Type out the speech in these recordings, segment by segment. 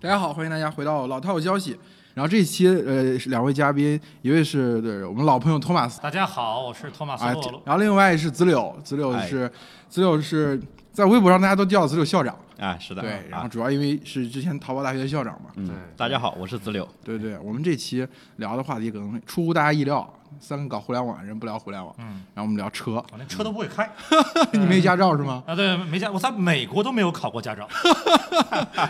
大家好，欢迎大家回到老套有消息。然后这一期呃，是两位嘉宾，一位是呃我们老朋友托马斯大家好，我是托马斯啊洛洛，，然后另外是子柳，子柳哎是子柳是在微博上大家都叫子柳校长，啊，是的，对，然后啊，主要因为是之前淘宝大学的校长嘛，嗯，大家好，我是子柳，对对，我们这期聊的话题可能出乎大家意料，三个搞互联网的人不聊互联网，嗯，然后我们聊车，我连车都不 会开你没驾照是吗？啊，对，没驾，我在美国都没有考 过驾照。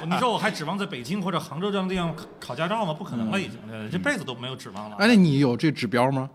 你说我还指望在北京或者杭州这样的地方考驾照吗？不可能了，已经，呃这辈子都没有指望了。嗯哎，那你有这指标吗？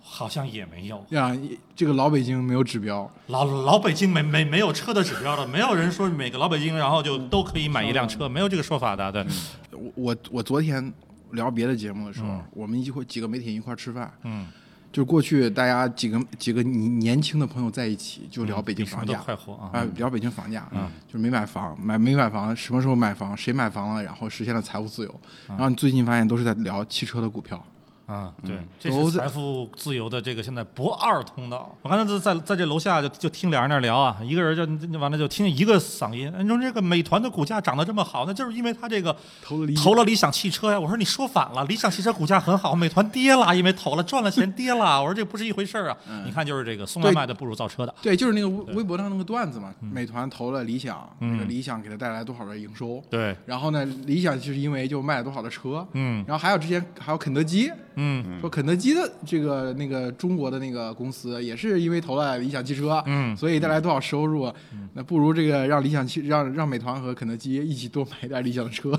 好像也没有，呀，这个老北京没有指标，老老北京没没没有车的指标的，没有人说每个老北京然后就都可以买一辆嗯车，没有这个说法的。对，我我我昨天聊别的节目的时候，嗯我们一会几个媒体一块儿吃饭，嗯，就是过去大家几个几个年年轻的朋友在一起就聊北京比什么房都价，快嗯活啊啊，聊北京房价，就是没买房，买没买房，什么时候买房，谁买房了，然后实现了财务自由，嗯然后你最近发现都是在聊汽车的股票，啊！对，这楼是在财富自由的这个现在不二通道。我刚才在在在这楼下就就听俩人那儿聊啊，一个人就完了就听一个嗓音，哎你说这个美团的股价涨得这么好，那就是因为它这个投了理投了理想汽车呀。我说你说反了，理想汽车股价很好，美团跌了，因为投了赚了钱跌了。我说这不是一回事儿啊！你看就是这个送外嗯对卖的不如造车的，对，就是那个微微博上那个段子嘛，嗯美团投了理想，那个理想给他带来多少的营收，对，然后呢，理想就是因为就卖了多少的车，嗯然后还有之前还有肯德基，嗯。说肯德基的这个那个中国的那个公司也是因为投了理想汽车，嗯所以带来多少收入，那不如这个让理想汽让让美团和肯德基一起多买一点理想的车。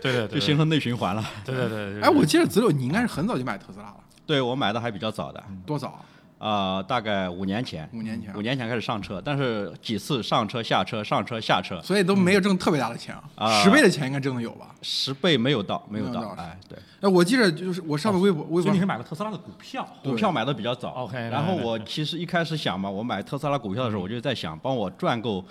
对对对就形成内循环了。对对对对。哎，我记得子柳你应该是很早就买特斯拉了，对我买的还比较早的，嗯多早？啊，大概五年前，嗯五年前五年前开始上车，但是几次上车下车上车下车，所以都没有挣特别大的钱啊，啊十倍的钱应该挣的有吧？十倍没有到，没有没有到到，哎，对，哎，我记得就是我上面微博微所以博哦你是买了特斯拉的股票，股票买的比较早 OK，然后我其实一开始想嘛，我买特斯拉股票的时候，我就在想，帮我赚够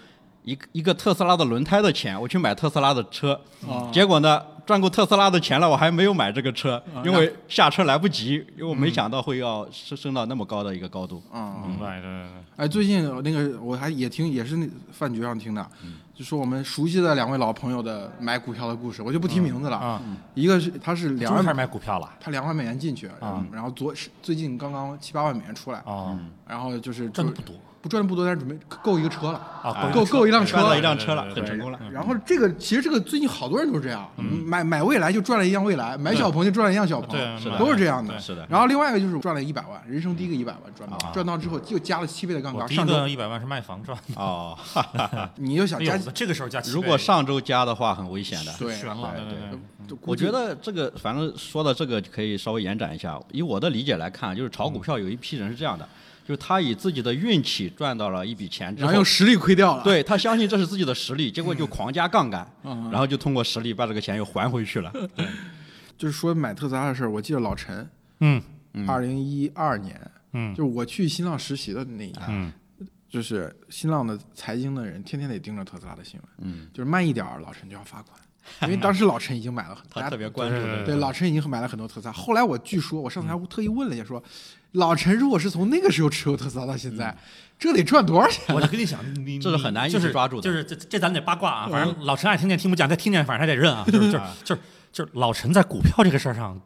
一个一个特斯拉的轮胎的钱，我去买特斯拉的车。嗯哦结果呢，赚够特斯拉的钱了，我还没有买这个车，哦因为下车来不及，因为我嗯没想到会要升升到那么高的一个高度。啊。明白？嗯对对对。哎，最近那个我还也听，也是那饭局上听的，就说我们熟悉的两位老朋友的买股票的故事，我就不提名字了。啊一个是他是两终于万开始买股票了他两万美元进去，然后昨是最近刚刚七八万美元出来，啊，然后就是赚的嗯就不多不赚的不多，但是准备够一个车了，啊，够够一辆车赚了了一辆车了，对对很对成功了。然后这个其实这个最近好多人都是这样，买买蔚来就赚了一辆蔚来，买小鹏就赚了一辆小鹏对，是的都是这样的。对是的然后另外一个就是赚了一百万，人生第一个一百万赚到，啊赚到之后又加了七倍的杠我杆。第上一周个一百万是卖房赚的， 哦，哈哈哈你又想哎加呦，这个时候加七倍如果上周加的话，很危险的。对悬了，对对对。呃就估嗯我计觉得这个，反正说到这个，可以稍微延展一下。以我的理解来看，啊就是炒股票有一批人是这样的，就是他以自己的运气赚到了一笔钱之然后用后，实力亏掉了。 对他相信这是自己的实嗯力，结果就狂加杠杆，嗯然后就通过实力把这个钱又还回去了。就是说买特斯拉的事儿，我记得老陈，嗯，二零一二年，嗯就是我去新浪实习的那一年，嗯，就是新浪的财经的人天天得盯着特斯拉的新闻，嗯，就是慢一点儿，老陈就要罚款，因 为当时老陈已经买了很，大他家特别关注的，对，老陈已经买了很多特斯拉。后来我据说，我上次还特意问了一下，说老陈如果是从那个时候持有特斯拉到现嗯在，这得赚多少钱？ 我就跟你讲，你你这是很难一就直是抓住的就是这这咱得八卦啊，反正老陈爱听见听不讲，他听见反正还得认啊， 就是就是就是就是老陈在股票这个事儿上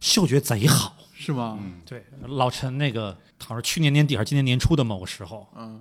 嗅觉贼好。是吗？嗯对，老陈那个好像是去年年底还是今年年初的某个时候，嗯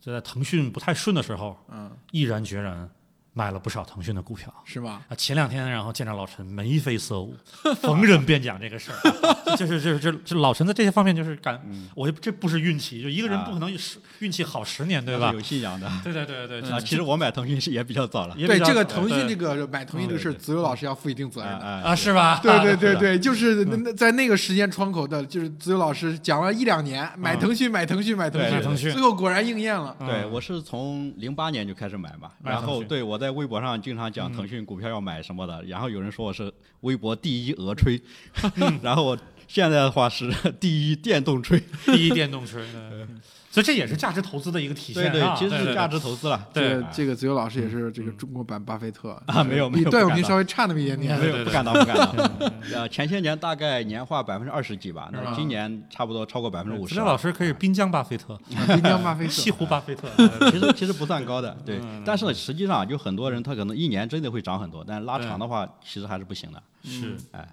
就在腾讯不太顺的时候，嗯，毅然决然买了不少腾讯的股票。是吗？啊，前两天然后见着老陈眉飞色舞，逢人便讲这个事儿， 就是就是就是就是老陈在这些方面就是感，我就这不是运气，就一个人嗯啊不可能十运气好十年，对他吧嗯是？有信仰的。对对对对，啊，其实我买腾讯是也比较早了，也比对，较这个对腾讯对这个买腾讯这个事儿，呃嗯对对子悠老师要负一定责哎任的。啊哎，是吧？对啊对对是的嗯对，就是那那在那个时间窗口的，就是子悠老师讲了一两年，买腾讯，买腾讯，买腾嗯对讯，买腾讯最后果然应验了。对我是从零八年就开始买嘛，嗯买然腾后讯对我在微博上经常讲腾讯股票要买什么嗯的，然后有人说我是微博第一俄吹， 然后我现在的话是 第一电动吹， 第一电动车，对所以这也是价值投资的一个体现对对啊，，其实是对价值投资了。对这个这个子悠老师也是这个中国版巴菲特嗯啊没有没有比段永不敢平当嗯稍微差那么一点点。没对对有，不敢当，不敢 当。呃，前些年大概年化百分之二十几吧，那今年差不多超过百分之五嗯资十啊料。老师可以滨江巴菲特、滨江 巴菲特，西湖巴菲特，其实其实不算高的，对。但是呢实际上有很多人他可能一年真的会涨很多，但是拉长的话其实还是不行的。 是哎，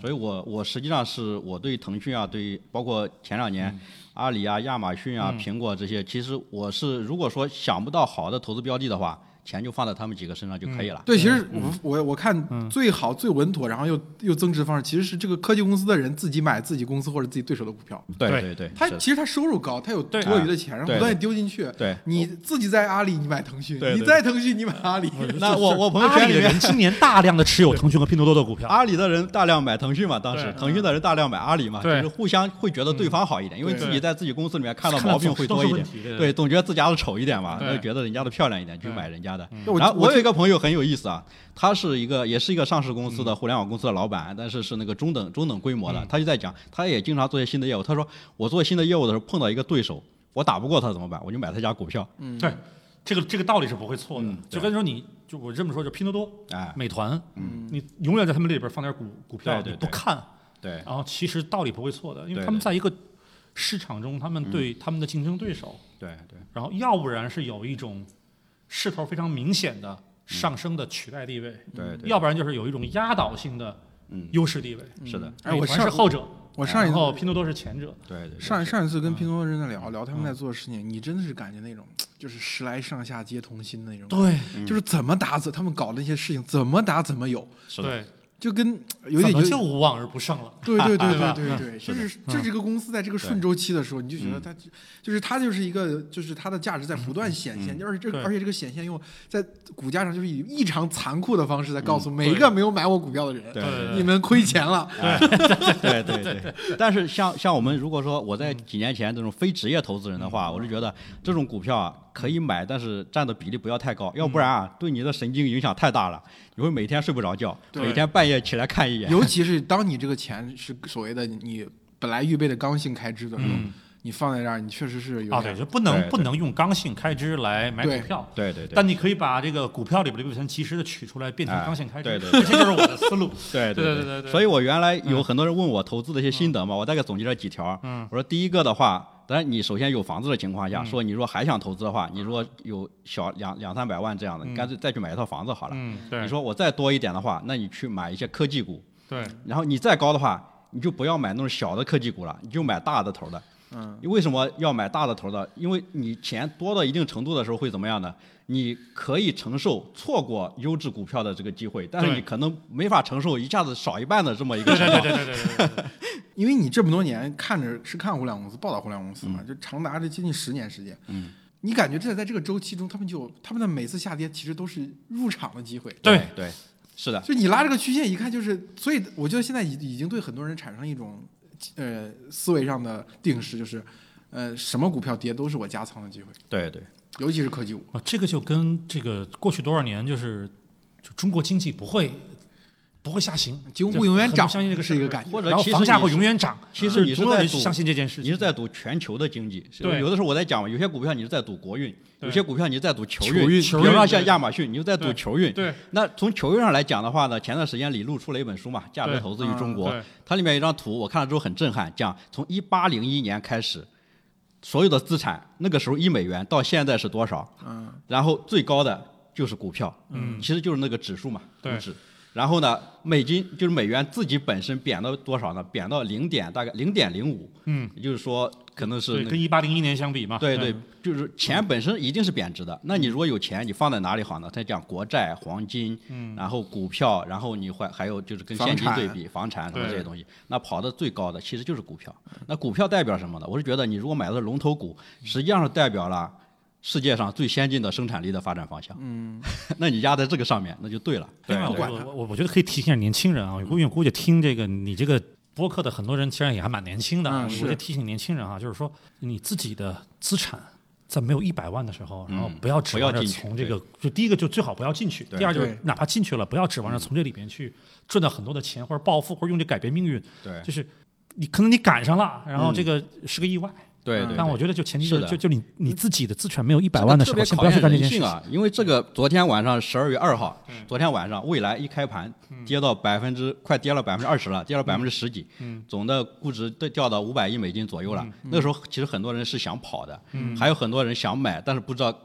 所以我我实际上是我对腾讯啊，对包括前两年、嗯阿里啊、亚马逊啊、苹果这些，其实我是如果说想不到好的投资标的的话，钱就放在他们几个身上就可以了。对，其实我嗯我我看最好最稳妥，然后又又增值的方式，其实是这个科技公司的人自己买自己公司或者自己对手的股票。嗯对对对，他是的其实他收入高，他有多对余的钱，然后对不断地丢进去。对你自己在阿里，你买腾讯；对对你在腾讯，你买阿里。那我我朋友阿圈里里的面人今年大量的持有腾讯和拼多多的股票，阿里的人大量买腾讯嘛，当对时嗯腾讯的人大量买阿里嘛，就对嗯是互相会觉得对方好一点，因为对自己在自己公 司里面看到看到毛病总会都多是一问点题，对对，总觉得自家的丑一点嘛，对就觉得人家的漂亮一点，去对嗯买人家的。我然后我我有一个朋友很有意思啊，他是一个也是一个上市公嗯司的互联网公司的老板，但是是那个中等中等规模的，他就在讲，他也经常做一些新的业务。他说我做新的业务的时候碰到一个对手，我打不过他怎么办？我就买他家股票。对，这个这个道理是不会错的。就跟说你就我这么说，就拼多多、嗯哎，美团，嗯你永远在他们里边放点股股票，对对你不对看，对然后其实道理不会错的，因为对他们对嗯在一个市场中，他们对他们的竞争对手，对对然后要不然是有一种势头非常明显的上升的取代地位，嗯对对，要不然就是有一种压倒性的嗯优势地位。嗯是的，哎，我美团是上后者，我上一然次后拼嗯多多是前者。对对上上一次跟拼多多人在聊聊他们嗯在做的事情，你真的是感觉那种就是时来上下皆同心的那种，对就是怎么打怎他们搞的那些事情怎么打怎么有，是的，对，就跟有怎点么就就无往而不胜了？对对对对吧对对对，就是这是个公司在这个顺周期的时候，你就觉得它就是它就是一个就是它的价值在不断显现，而且这对个而且这个显现用在股价上就是以异常残酷的方式在告诉每一个没有买我股票的人，对对你们亏钱了。 对对对，但是像像我们如果说我在几年前这种非职业投资人的嗯话，我是觉得这种股票啊可以买，但是占的比例不要太嗯高，要不然啊对你的神经影响太大了，你会每天睡不着觉，对每天半夜起来看一眼。尤其是当你这个钱是所谓的你本来预备的刚性开支的时候，你放在这儿，你确实是有啊，对，点就不对能对不能用刚性开支来买对股票。对对对但你可以把这个股票里边的部分及时的取出来，变成哎刚性开支，对对对这就是我的思 路。对对对对对对嗯所以我原来有很多人问我投资的一些心得嘛，我大概总结了几条。嗯，我说第一个的话，当然你首先有房子的情况嗯下，说你说还想投资的话，你如果有小两两三百万这样的，你干脆再去买一套房子好了。嗯，对，你说我再多一点的话，那你去买一些科技股。对，然后你再高的话，你就不要买那种小的科技股了，你就买大的头的。嗯，你为什么要买大的头的？因为你钱多到一定程度的时候会怎么样呢？你可以承受错过优质股票的这个机会，但是对你可能没法承受一下子少一半的这么一个 对情对况。对对对对对对，因为你这么多年看着是看互联网公司、报道互联网公司嘛，就长达这接近十年时间，嗯，你感觉这在这个周期中，他们就他们的每次下跌其实都是入场的机会。对对对，是的，就你拉这个曲线一看就是，所以我觉得现在已已经对很多人产生一种呃思维上的定式，就是呃什么股票跌都是我加仓的机会，对对尤其是科技股。啊，这个就跟这个过去多少年就是，就中国经济不会不会下行，经济永远很不涨相信这个事是一个儿感觉或者然后呃其实房价你会是永远涨，其就实你是总有在人赌相信这件事你情是。在赌全球的经济，是对有的时候我在讲嘛，有些股票你是在赌国运，对有些股票你是在赌球球运比球如运说像对亚马逊，你就在赌对球运。对那从球运上来讲的话呢，前段时间李路出了一本书嘛，《价值投资与中国》对，嗯它里面有一张图，我看了之后很震撼，讲从一八零一年开始，所有的资产那个时候一美元到现在是多少？嗯，然后最高的就是股票，嗯，其实就是那个指数嘛，对股指。然后呢，美金就是美元自己本身贬到多少呢？贬到零点大概零点零五，嗯，也就是说可能是对，那跟一八零一年相比嘛，对对，就是钱本身一定是贬值的。那你嗯如果有钱，你放在哪里好呢？他讲国债、黄金，嗯然后股票，然后你还还有就是跟房现金产对比，房产什么对这些东西。那跑的最高的其实就是股票。那股票代表什么呢？我是觉得你如果买的是龙头股，实际上是代表了世界上最先进的生产力的发展方向。嗯， 那你压在这个上面，那就对了。另外，不管我我我我觉得可以提醒一下年轻人啊，因为我估计听这个你这个播客的很多人其实也还蛮年轻的啊，嗯我是我就提醒年轻人啊，就是说你自己的资产。在没有一百万的时候，然后不要指望嗯不着要进去从这个，就第一个就最好不要进去，第二就是对哪怕进去了，不要指嗯望着从这里边去赚到很多的钱或者暴富或者用这改变命运，对嗯就是你可能你赶上了，然后这个是个意外，对对但我觉得就前提是就的就就你你自己的资产没有一百这万的个特时别候，先考不要去验干这人件事性情。嗯啊！因为这个昨天晚上十二月二号，昨天晚上未来一开盘跌到百分之快跌了百分之二十了，跌了百分之十几，嗯总的估值都掉到五百亿美金左右了。那个时候其实很多人是想跑的，嗯还有很多人想买，但是不知道。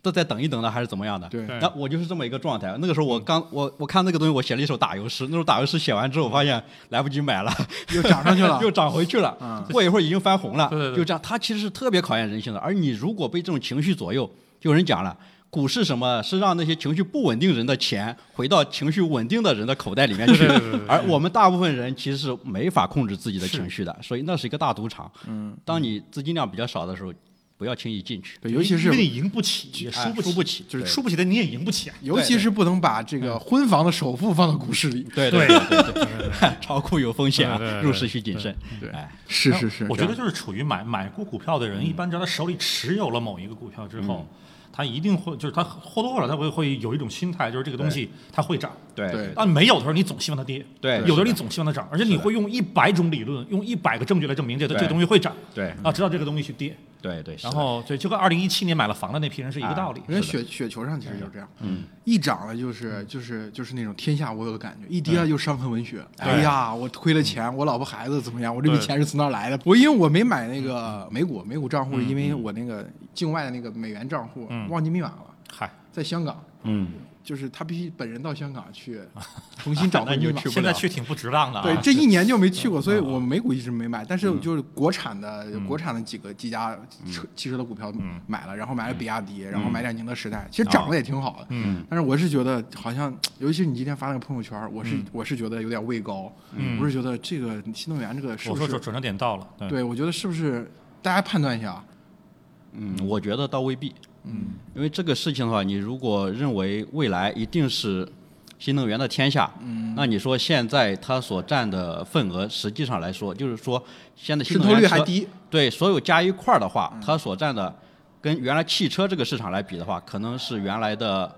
这再等一等呢，还是怎么样的？对那我就是这么一个状态。那个时候嗯我刚我我看那个东西，我写了一首打油诗。那首打油诗写完之后，我发现来不及买了，又涨上去了 又涨回去了。过一会儿已经翻红了，嗯对对对就这样。它其实是特别考验人性的。而你如果被这种情绪左右，有人讲了，股市什么是让那些情绪不稳定人的钱回到情绪稳定的人的口袋里面去对对对对，而我们大部分人其实是没法控制自己的情绪的，所以那是一个大赌场。嗯，当你资金量比较少的时候，不要轻易进去，对，尤其是因为你赢不起，也哎输不输起，不起，就是对输不起的你也赢不起啊。尤其是不能把这个婚房的首付放到股市里。对 对对对对对，炒股有风险啊对对对，对入市需谨慎。对哎，是是是，我觉得就是处于买买过股票的人，一般只要他手里持有了某一个股票之后，他一定会就是他或多或少他会会有一种心态，就是这个东西它会涨。对对但没有的时候，你总希望它跌；对有的时是候的你总希望它涨，而且你会用一百种理论，用一百个证据来证明这个对这个东西会涨。对啊，直到这个东西去跌。对对，是的然后对，就跟二零一七年买了房的那批人是一个道理。人家雪雪球上其实就是这样，嗯，一涨了就是就是就是那种天下我有的感觉，一跌嗯了就是伤痕文学。哎呀，我亏了钱，我老婆孩子怎么样？我这笔对嗯钱是从哪儿来的？我因为我没买那个美股，美股账户是因为我那个境外的那个美元账户嗯忘记密码了，嗨，在香港，嗯，就是他必须本人到香港去重新 找回密码。现在去挺不值当的啊。嗯对，这一年就没去过，所以我美股一直没买，但是就是国产的、国产的几个几家嗯车汽车的股票买了，然后买了比亚迪，然后买点宁德时代，其哦实涨得也挺好的。嗯，但是我是觉得好像，尤其是你今天发那个朋友圈，我是、嗯我是觉得有点畏高，我是觉得这个新能源这个是我不说嗯是转？转折点到了。对对，我觉得是不是大家判断一下？啊嗯，我觉得倒未必。嗯，因为这个事情的话，你如果认为未来一定是新能源的天下，嗯，那你说现在它所占的份额，实际上来说，就是说现在新渗能透源率还车低，嗯对，所有加一块儿的话，它所占的跟原来汽车这个市场来比的话，可能是原来的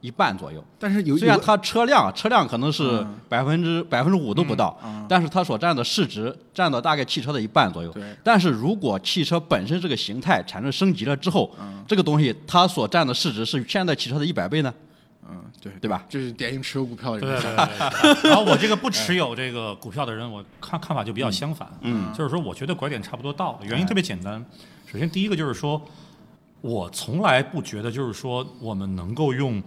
一半左右。但是有虽然有它车辆车辆可能是百分之百分之五都不到，但是它所占的市值占到大概汽车的一半左右对。但是如果汽车本身这个形态产生升级了之后，这个东西它所占的市值是现在汽车的一百倍呢，嗯，对，对吧？这是典型持有股票的对人 对。对对。对然后我这个不持有这个股票的人，我看看法就比较相反。嗯，哎就是说，我觉得拐点差不多到了，原因特别简单。首先，第一个就是说，我从来不觉得就是说我们能够用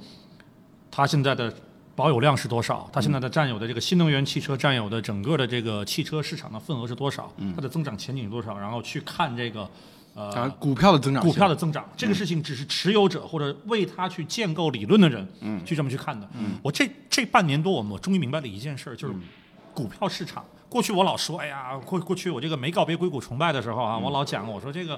它现在的。保有量是多少？它现在的占有的这个新能源汽车占有的整个的这个汽车市场的份额是多少？它的增长前景是多少？然后去看这个，呃，啊，嗯股票的增长性，股票的增长，这个事情只是持有者或者为他去建构理论的人，嗯，去这么去看的。嗯，我这这半年多，我我终于明白了一件事儿，嗯就是股票市场。过去我老说，哎呀，过过去我这个没告别硅谷崇拜的时候嗯啊，我老讲，我说这个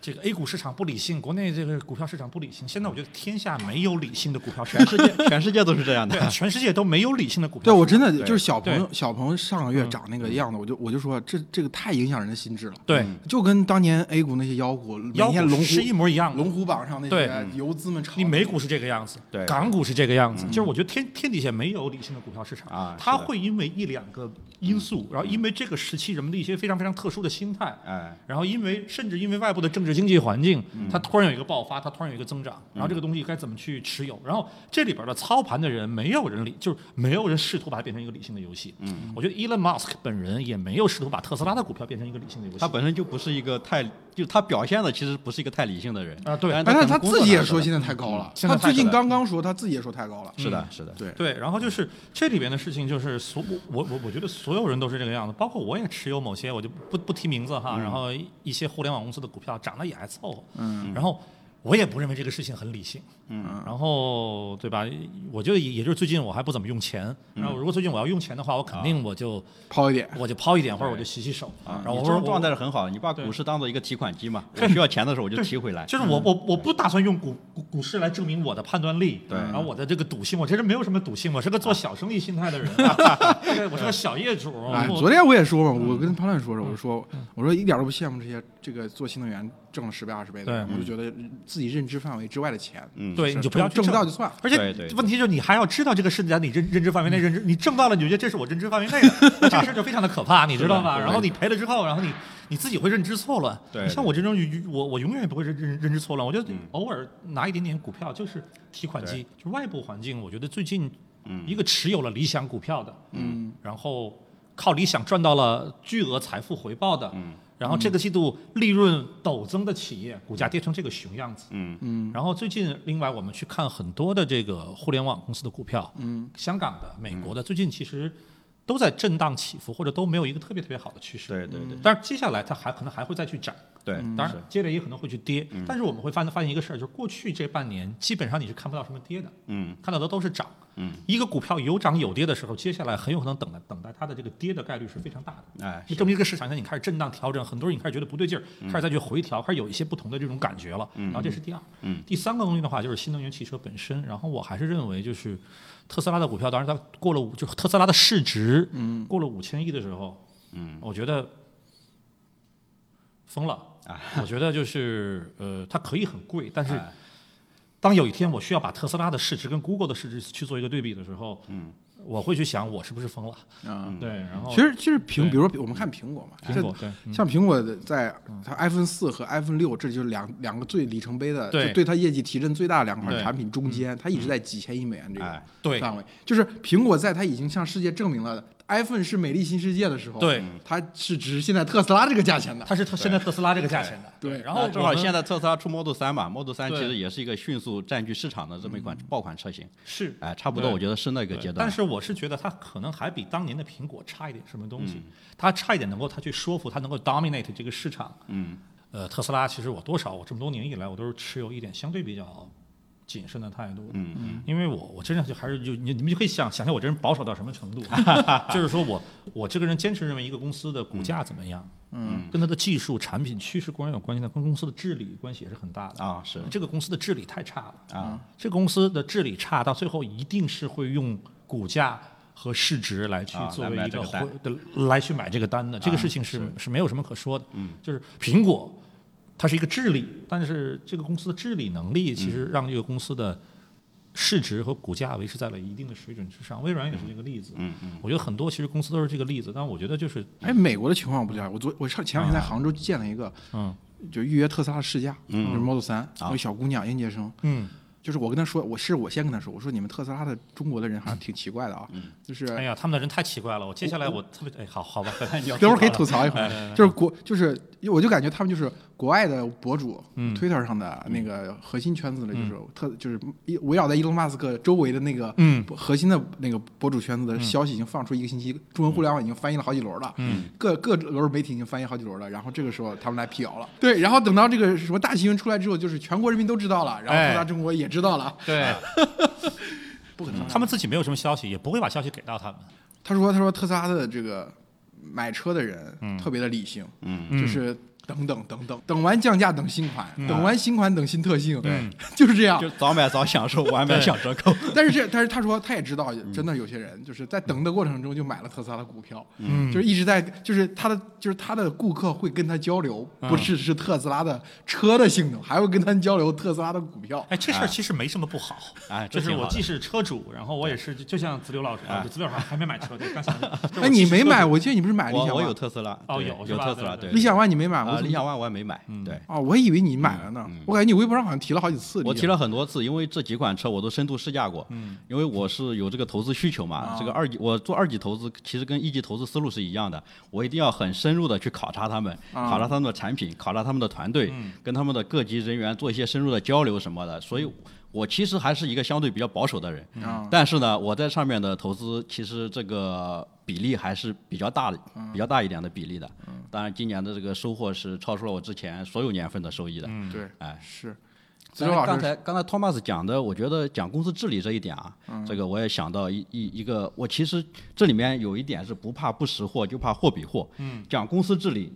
这个 A 股市场不理性，国内这个股票市场不理性。现在我觉得天下没有理性的股票市全场，世界全世界都是这样对啊，的。全世界都没有理性的股票市对，场。我真的就是对小朋友，对嗯小朋友上个月长那个样子，我就我就说这这个太影响人的心智了，对就跟当年 A 股那些妖股，每妖天嗯龙股是一虎模一样的。龙虎榜上那对嗯些游资们炒，你美股是这个样子，对嗯港股是这个样子，就是我觉得天天底下没有理性的股票市场啊它是的嗯会因为一两个因素，然后因为这个时期人们的一些非常非常特殊的心态， 哎，然后因为甚至因为外部的政治经济环境，嗯它突然有一个爆发，它突然有一个增长，然后这个东西该怎么去持有？然后这里边的操盘的人，没有人理，就是没有人试图把它变成一个理性的游戏。嗯，我觉得 Elon Musk 本人也没有试图把特斯拉的股票变成一个理性的游戏。他本身就不是一个太，就他表现的其实不是一个太理性的人啊对但但是是可他能工作自己也上说是现在太高了，嗯现他在最太近高了嗯刚刚说他自己也说太高了，的是的，是的，对，对，然后就是这里边的事情，就是所我我我我觉得所有人都是这个样子，包括我也持有某些，我就不不提名字哈，嗯然后一些互联网公司的股票涨得也还凑合，嗯，然后我也不认为这个事情很理性，嗯，然后对吧？我觉得也也就是最近我还不怎么用钱，嗯然后如果最近我要用钱的话，我肯定我就、抛一点，我就抛一点，或者我就洗洗手，然后啊你我这说种我状态是很好的，你把股市当做一个提款机嘛，我需要钱的时候我就提回来。就是我我我不打算用股股股市来证明我的判断力，对，然后我的这个赌性，我其实没有什么赌性，我是个做小生意心态的人，对，我是个小业主，哎，哦我嗯昨天我也说嘛，我跟潘乱说说，我说我说一点都不羡慕这些这个做新能源挣了十倍二十倍的对人，嗯我就觉得自己认知范围之外的钱，嗯，对，是你就不要去挣不到就算了而对且对对嗯问题就是你还要知道这个是在你认认知范围内认知，你挣到了，你觉得这是我认知范围内的，那这个事儿就非常的可怕，你知道吧？然后你赔了之后，然后你你自己会认知错乱。对嗯你像我这种，我我永远不会认认认知错乱。我觉得偶尔拿一点点股票就是提款机，就外部环境。我觉得最近嗯一个持有了理想股票的，嗯，然后靠理想赚到了巨额财富回报的，嗯然后这个季度利润陡增的企业，股价跌成这个熊样子，嗯然后最近，另外我们去看很多的这个互联网公司的股票，嗯，香港的、美国嗯的，最近其实都在震荡起伏，或者都没有一个特别特别好的趋势。对对对嗯但是接下来它还可能还会再去涨，对，当然接着也可能会去跌。嗯但是我们会发现发现一个事儿，就是过去这半年基本上你是看不到什么跌的，嗯看到的都是涨。嗯，一个股票有涨有跌的时候，接下来很有可能等待等待它的这个跌的概率是非常大的。哎就证明这个市场现在你开始震荡调整，很多人已经开始觉得不对劲儿，嗯开始再去回调，开始有一些不同的这种感觉了。然后这是第二，嗯第三个东西的话就是新能源汽车本身。然后我还是认为就是特斯拉的股票，当然它过了五，就是特斯拉的市值，嗯过了五千亿的时候，我觉得疯了。啊我觉得就是呃，它可以很贵，但是当有一天我需要把特斯拉的市值跟 Google 的市值去做一个对比的时候，我会去想我是不是疯了？啊。对，然后嗯其实其实苹，嗯哦对比如说我们看苹果嘛，苹果对。这像苹果的在它 iPhone 四和 iPhone 六，这就是两两个最里程碑的，对就对它业绩提振最大的两款对嗯产品中间，它一直在几千亿美元这哎对个范围。就是苹果在它已经向世界证明了 iPhone 是美丽新世界的时候，对，嗯它是值现在特斯拉这个价钱的。它是特现在特斯拉这个价钱的。对然后那啊正好现在在特斯拉出 Model 三嘛，Model 三哦对其实也是一个迅速占据市场的这么一款爆款车型，是哎，差不多对我觉得是那个阶段。但是我是觉得它可能还比当年的苹果差一点什么东西，嗯它差一点能够它去说服它能够 dominate 这个市场。嗯，呃，特斯拉其实我多少我这么多年以来我都是持有一点相对比较谨慎的态度。嗯嗯，因为我我真的就还是就你你们就可以想想象我这人保守到什么程 度，就是说我我这个人坚持认为一个公司的股价怎么样，嗯，跟它的技术、产品、趋势固然有关系，但跟公司的治理关系也是很大的。啊是这个公司的治理太差了啊！这个公司的治理差到最后一定是会用股价和市值来去啊作为来买一这个个单回的来去买这个单的，这个事情是是没有什么可说的。嗯，就是苹果，它是一个治理，但是这个公司的治理能力其实让这个公司的。市值和股价维持在了一定的水准之上，微软也是这个例子。嗯嗯，我觉得很多其实公司都是这个例子，但我觉得就是哎，美国的情况我不了解，我昨我上前两天在杭州见了一个，嗯，啊就预约特斯拉的试驾，就是 Model 三，一个小姑娘应届生，嗯，就是我跟她说，我是我先跟她说，我说你们特斯拉的中国的人好像挺奇怪的啊，就是哎呀，他们的人太奇怪了。我接下来我特别哎，好好吧，等会儿可以吐槽一哎会儿，就是国就是，我就感觉他们就是国外的博主、推特上的那个核心圈子的，就是特就是一围绕在伊隆马斯克周围的那个嗯核心的那个博主圈子的消息已经放出一个星期，中文互联网已经翻译了好几轮了，各各轮媒体已经翻译好几轮了，然后这个时候他们来辟谣了，对，然后等到这个什么大新闻出来之后，就是全国人民都知道了，然后哎特斯拉中国也知道了，对，不可能。他们自己没有什么消息，也不会把消息给到他们。他说他说特斯拉的这个买车的人特别的理性，嗯就是等等等等，等完降价等新款，等完新款等新特性，对， 就是啊这样就。早买早享受，晚买享折扣。但是这，但是他说他也知道，真的有些人就是在等的过程中就买了特斯拉的股票，嗯，就是一直在，就是他的，就是他的顾客会跟他交流，不是是特斯拉的车的性能，还会跟他交流特斯拉的股票。哎，这事儿其实没什么不好，哎这就是挺好我的既是车主，然后我也是，就就像子柳老师，啊，子柳老师还没买车，对，刚想，就是我 哎，既你是没车买？主我记得你不是买理我想我有万？特斯拉，哦对有有是吧特斯拉，对对对理想 ONE 你没买？我啊，怎么理想嗯 ONE 我也没买，嗯对。啊，我以为你买了呢，我感觉你微博上好像提了好几次。我这提个了很多次，因为这几款车我都深度试驾过，嗯，因为我是有这个投资需求嘛，哦这个二级我做二级投资其实跟一级投资思路是一样的，我一定要很深入的去考察他们，哦考察他们的产品，考察他们的团队，嗯跟他们的各级人员做一些深入的交流什么的，所以。我其实还是一个相对比较保守的人，嗯但是呢，我在上面的投资其实这个比例还是比较大的，嗯比较大一点的比例的。当然，今年的这个收获是超出了我之前所有年份的收益的。嗯对，哎是，子但洲是老师刚才刚才 Thomas 讲的，我觉得讲公司治理这一点啊，嗯这个我也想到一一一个，我其实这里面有一点是不怕不识货，就怕货比货。嗯，讲公司治理，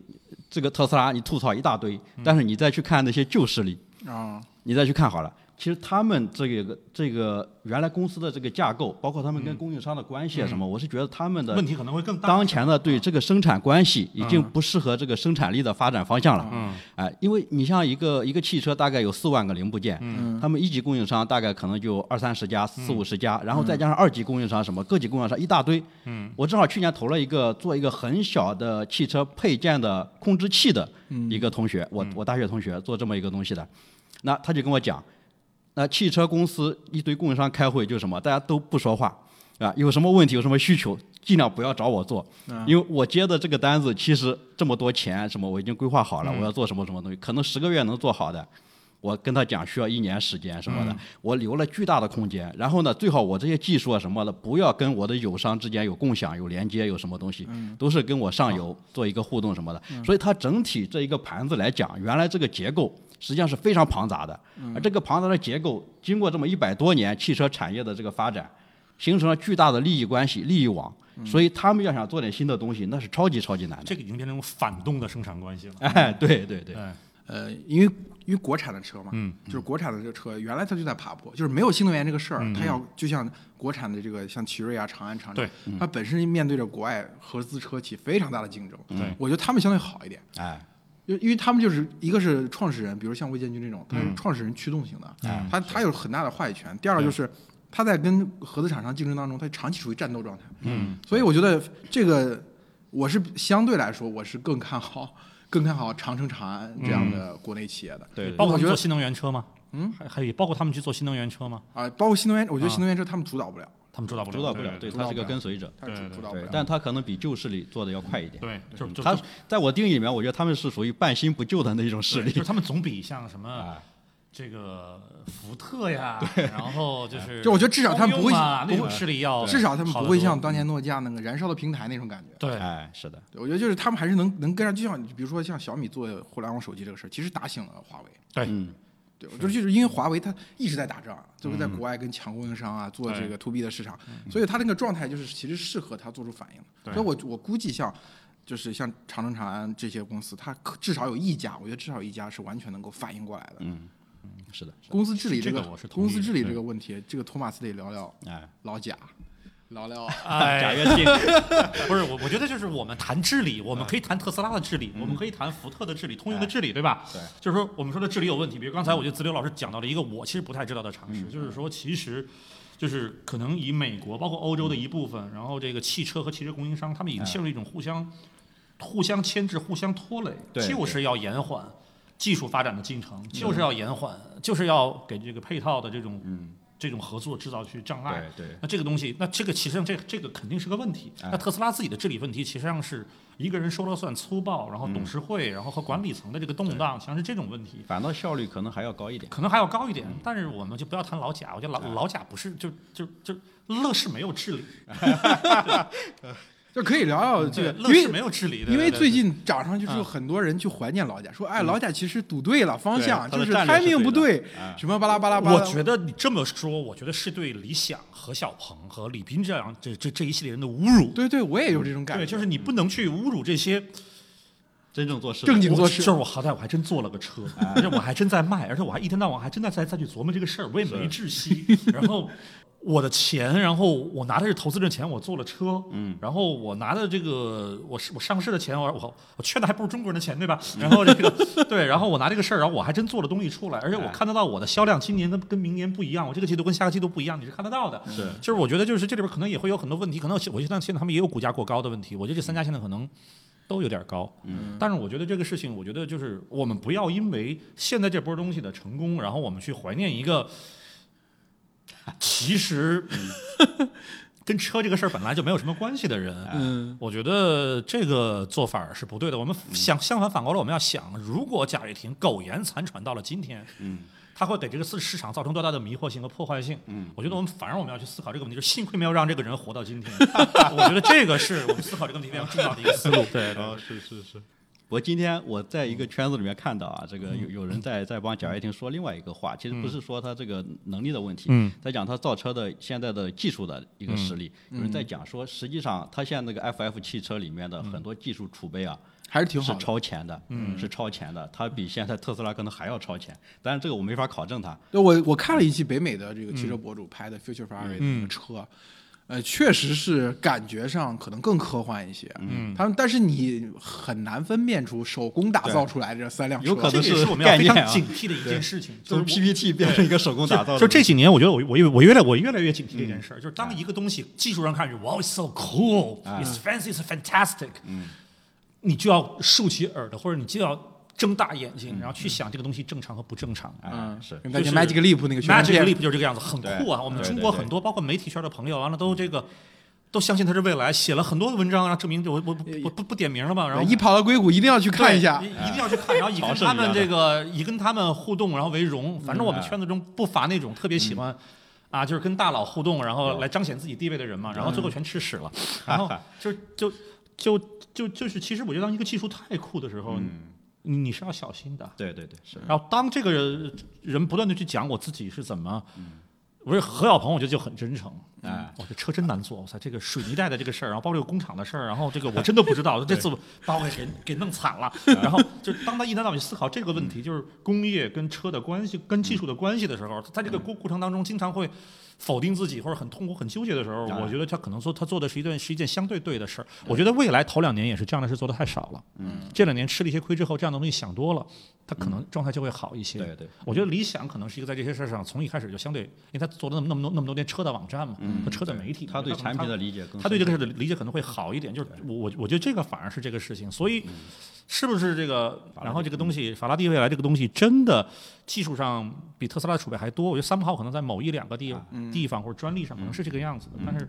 这个特斯拉你吐槽一大堆，但是你再去看那些旧势力，啊，你再去看好了，其实他们这个这个原来公司的这个架构，包括他们嗯跟供应商的关系啊什么，我是觉得他们的问题可能会更大。当前的对这个生产关系已经不适合这个生产力的发展方向了。嗯，哎，因为你像一个一个汽车大概有四万个零部件，嗯，他们一级供应商大概可能就二三十家、四五十家，然后再加上二级供应商什么各级供应商一大堆。嗯，我正好去年投了一个做一个很小的汽车配件的控制器的一个同学，我我大学同学做这么一个东西的，那他就跟我讲，那汽车公司一堆供应商开会就什么，大家都不说话。啊，有什么问题，有什么需求，尽量不要找我做，因为我接的这个单子，其实这么多钱什么，我已经规划好了，我要做什么什么东西，可能十个月能做好的，我跟他讲需要一年时间什么的，我留了巨大的空间。然后呢，最好我这些技术啊什么的，不要跟我的友商之间有共享、有连接、有什么东西，都是跟我上游做一个互动什么的。所以它整体这一个盘子来讲，原来这个结构。实际上是非常庞杂的，而这个庞杂的结构，经过这么一百多年汽车产业的这个发展，形成了巨大的利益关系、利益网，所以他们要想做点新的东西，那是超级超级难的。这个已经变成一种反动的生产关系了。哎， 对对对，对，呃，因为因为国产的车嘛，嗯就是国产的这个车，原来它就在爬坡，就是没有新能源这个事儿，它要就像国产的这个像奇瑞啊、长安、长城嗯对，嗯它本身面对着国外合资车企非常大的竞争，对我觉得他们相对好一点，哎，因为因为他们就是一个是创始人，比如像魏建军这种，他是创始人驱动型的，他他有很大的话语权。第二个就是他在跟合资厂商竞争当中，他长期处于战斗状态。嗯，所以我觉得这个我是相对来说，我是更看好更看好长城、长安这样的国内企业的。对对包哎括我他觉们得做新能源车吗？嗯，还还有包括他们去做新能源车吗？啊，包括新能源，我觉得新能源车他们主导不了，他们主导不了，主导不了，对对，它是个跟随者，他主对主导不对了，。但它可能比旧势力做的要快一点。对，嗯嗯就是就它就在我定义里面，我觉得他们是属于半新不旧的那种势对就力是。他们总比像什么啊哎这个福 特呀，然后就是就我觉得至少他们不会通用啊不会那种势力要，至少他们不会像当年诺基亚那个燃烧的平台那种感觉。对哎，是的，对我觉得就是他们还是能能跟上，就像比如说像小米做互联网手机这个事儿，其实打醒了华为。对对，我觉得就是因为华为它一直在打仗，嗯就是在国外跟强供应商啊做这个 to B 的市场，所以它那个状态就是其实适合它做出反应的。对所以我我估计像就是像长城、长安这些公司，它可至少有一家，我觉得至少有一家是完全能够反应过来的。嗯是的，公司治理这个个我嗯是同意公司治理的这个问题，这个托马斯得聊聊哎，老贾，聊 聊哎贾跃亭，不是我，我觉得就是我们谈治理，我嗯们可以谈特斯拉的治理，我们可以谈福特的治理，通用的治理，对吧？哎对，就是说我们说的治理有问题。比如刚才我觉得子刘老师讲到了一个我其实不太知道的常识，嗯就是说其实。就是可能以美国包括欧洲的一部分，然后这个汽车和汽车供应商，他们已经哎陷入一种互相、互相牵制、互相拖累，对嗯就是要延缓技术发展的进程，就是要延缓，就是要给这个配套的这种、这种合作制造去障碍。嗯对对，那这个东西，那这个其实上这这个肯定是个问题。那特斯拉自己的治理问题，其实上是一个人说了算、粗暴，然后董事会，然后和管理层的这个动荡，像是这种问题，反倒效率可能还要高一点。可能还要高一点。但是我们就不要谈老贾，我觉得老老贾不是就就就乐视没有治理，就可以聊聊这个，因乐视为没有治理的，因为对嗯最。近涨上去之后，很多人去怀念老贾，说哎，老贾其实赌对了方向，对就是他的战略是 timing 不对对，什么巴拉巴拉对巴拉。嗯我觉得你这么说，我觉得是对李想、何小鹏和李斌这样这这这一系列人的侮辱。对对，我也有这种感觉，嗯对，就是你不能去侮辱这些真正做事的正经我做就事是我好歹我还真做了个车，啊而且我还真在卖，而且我还一天到晚还真在在再去琢磨这个事儿，我也没窒息。然后我的钱，然后我拿的是投资人的钱，我做了车，嗯，然后我拿的这个我是我上市的钱，我我我缺的还不如中国人的钱，对吧？然后这个对，然后我拿这个事儿，然后我还真做了东西出来，而哎且我看得到我的销量今年跟跟明年不一样，我这个季度跟下个季度不一样，你是看得到的。是就是我觉得就是这里边可能也会有很多问题，可能我觉得现在他们也有股价过高的问题，我觉得这三家现在可能。都有点高，嗯，但是我觉得这个事情，我觉得就是我们不要因为现在这波东西的成功，然后我们去怀念一个，其实跟车这个事儿本来就没有什么关系的人，哎嗯，我觉得这个做法是不对的。我们嗯想相反反过来，我们要想，如果贾跃亭苟延残喘到了今天，嗯。他会给这个市市场造成多大的迷惑性和破坏性？嗯，我觉得我们反而我们要去思考这个问题，就是幸亏没有让这个人活到今天。 我觉得这个是我们思考这个问题非常重要 的一个思路。对，哦，是是是。我今天我在一个圈子里面看到啊，这嗯个有有人在在帮贾跃亭说另外一个话，其实不是说他这个能力的问题，嗯在讲他造车的现在的技术的一嗯嗯个实力。有人在讲说，实际上他现在那个 FF 汽车里面的很多技术储备啊，还是挺好是的。超前的，嗯，是超前的，它比现在特斯拉可能还要超前，但是这个我没法考证它，对，我我看了一期北美的这个汽嗯车博主拍的 Future Ferrari 的那个车，呃，确实是感觉上可能更科幻一些。嗯，他们但是你很难分辨出手工打造出来这三辆车，嗯有可这能个也是我们要概非念常啊警惕的一件事情，就是是我 PPT 变成一个手工打造的，嗯就这几年，我觉得我我我越来我越来越警惕这件事儿，就是当哎一个东西技术上看去，wow it's so cool，it's fancy it's fantastic，你嗯就要竖起耳朵，或者你就要睁大眼睛，然后去想这个东西正常和不正常。嗯是跟大家哎就是 Magic Leap 那个宣传 Magic 片 Leap 就是这个样子，很酷啊！对我们对中对国对很多包括媒体圈的朋友，完了都这个都相信它是未来，写了很多文章，然后证明我我我不不点名了嘛，然后对一跑到硅谷一定要去看一下对。一一定要去看，然后以朝跟圣他一样们的嗯这个以跟他们互动，然后为荣。反正我们圈子中不乏那种特别喜欢。啊，就是跟大佬互动，然嗯后来彰显自己地位的人嘛，然后最后全吃屎 了，然后就就就就就是，其实我觉得当一个技术太酷的时候，嗯你你是要小心的。对对对是，然后当这个人人不断的去讲我自己是怎么，不是何小鹏，我觉得就很真诚。嗯哎，我这车真难做，我操，这个水泥带的这个事儿，然后包括这个工厂的事儿，然后这个我真的不知道，这次把我给给弄惨了。然后就是当他一旦到去思考这个嗯问题，就是工业跟车的关系、跟技术的关系的时候，在这个过过程当中，经常会否定自己或者很痛苦、很纠结的时候，当然我觉得他可能说他做的是一件是一件相对对的事儿。我觉得未来头两年也是这样的事做的太少了，这两年吃了一些亏之后，这样的东西想多了，他可能状态就会好一些。嗯对对。我觉得理想可能是一个在这些事儿上从一开始就相对，因为他做了那么那么多那么多年车的网站嘛，和车的媒体嘛，嗯他对可能产品的理解更他对这深个事儿的理解可能会好一点。就是我我我觉得这个反而是这个事情，所嗯以是不是这个，然后这个东西法拉第未来这个东西真的技术上比特斯拉的储备还多？我觉得三号可能在某一两个地啊嗯地方或者专利上可能是这个样子的，但是。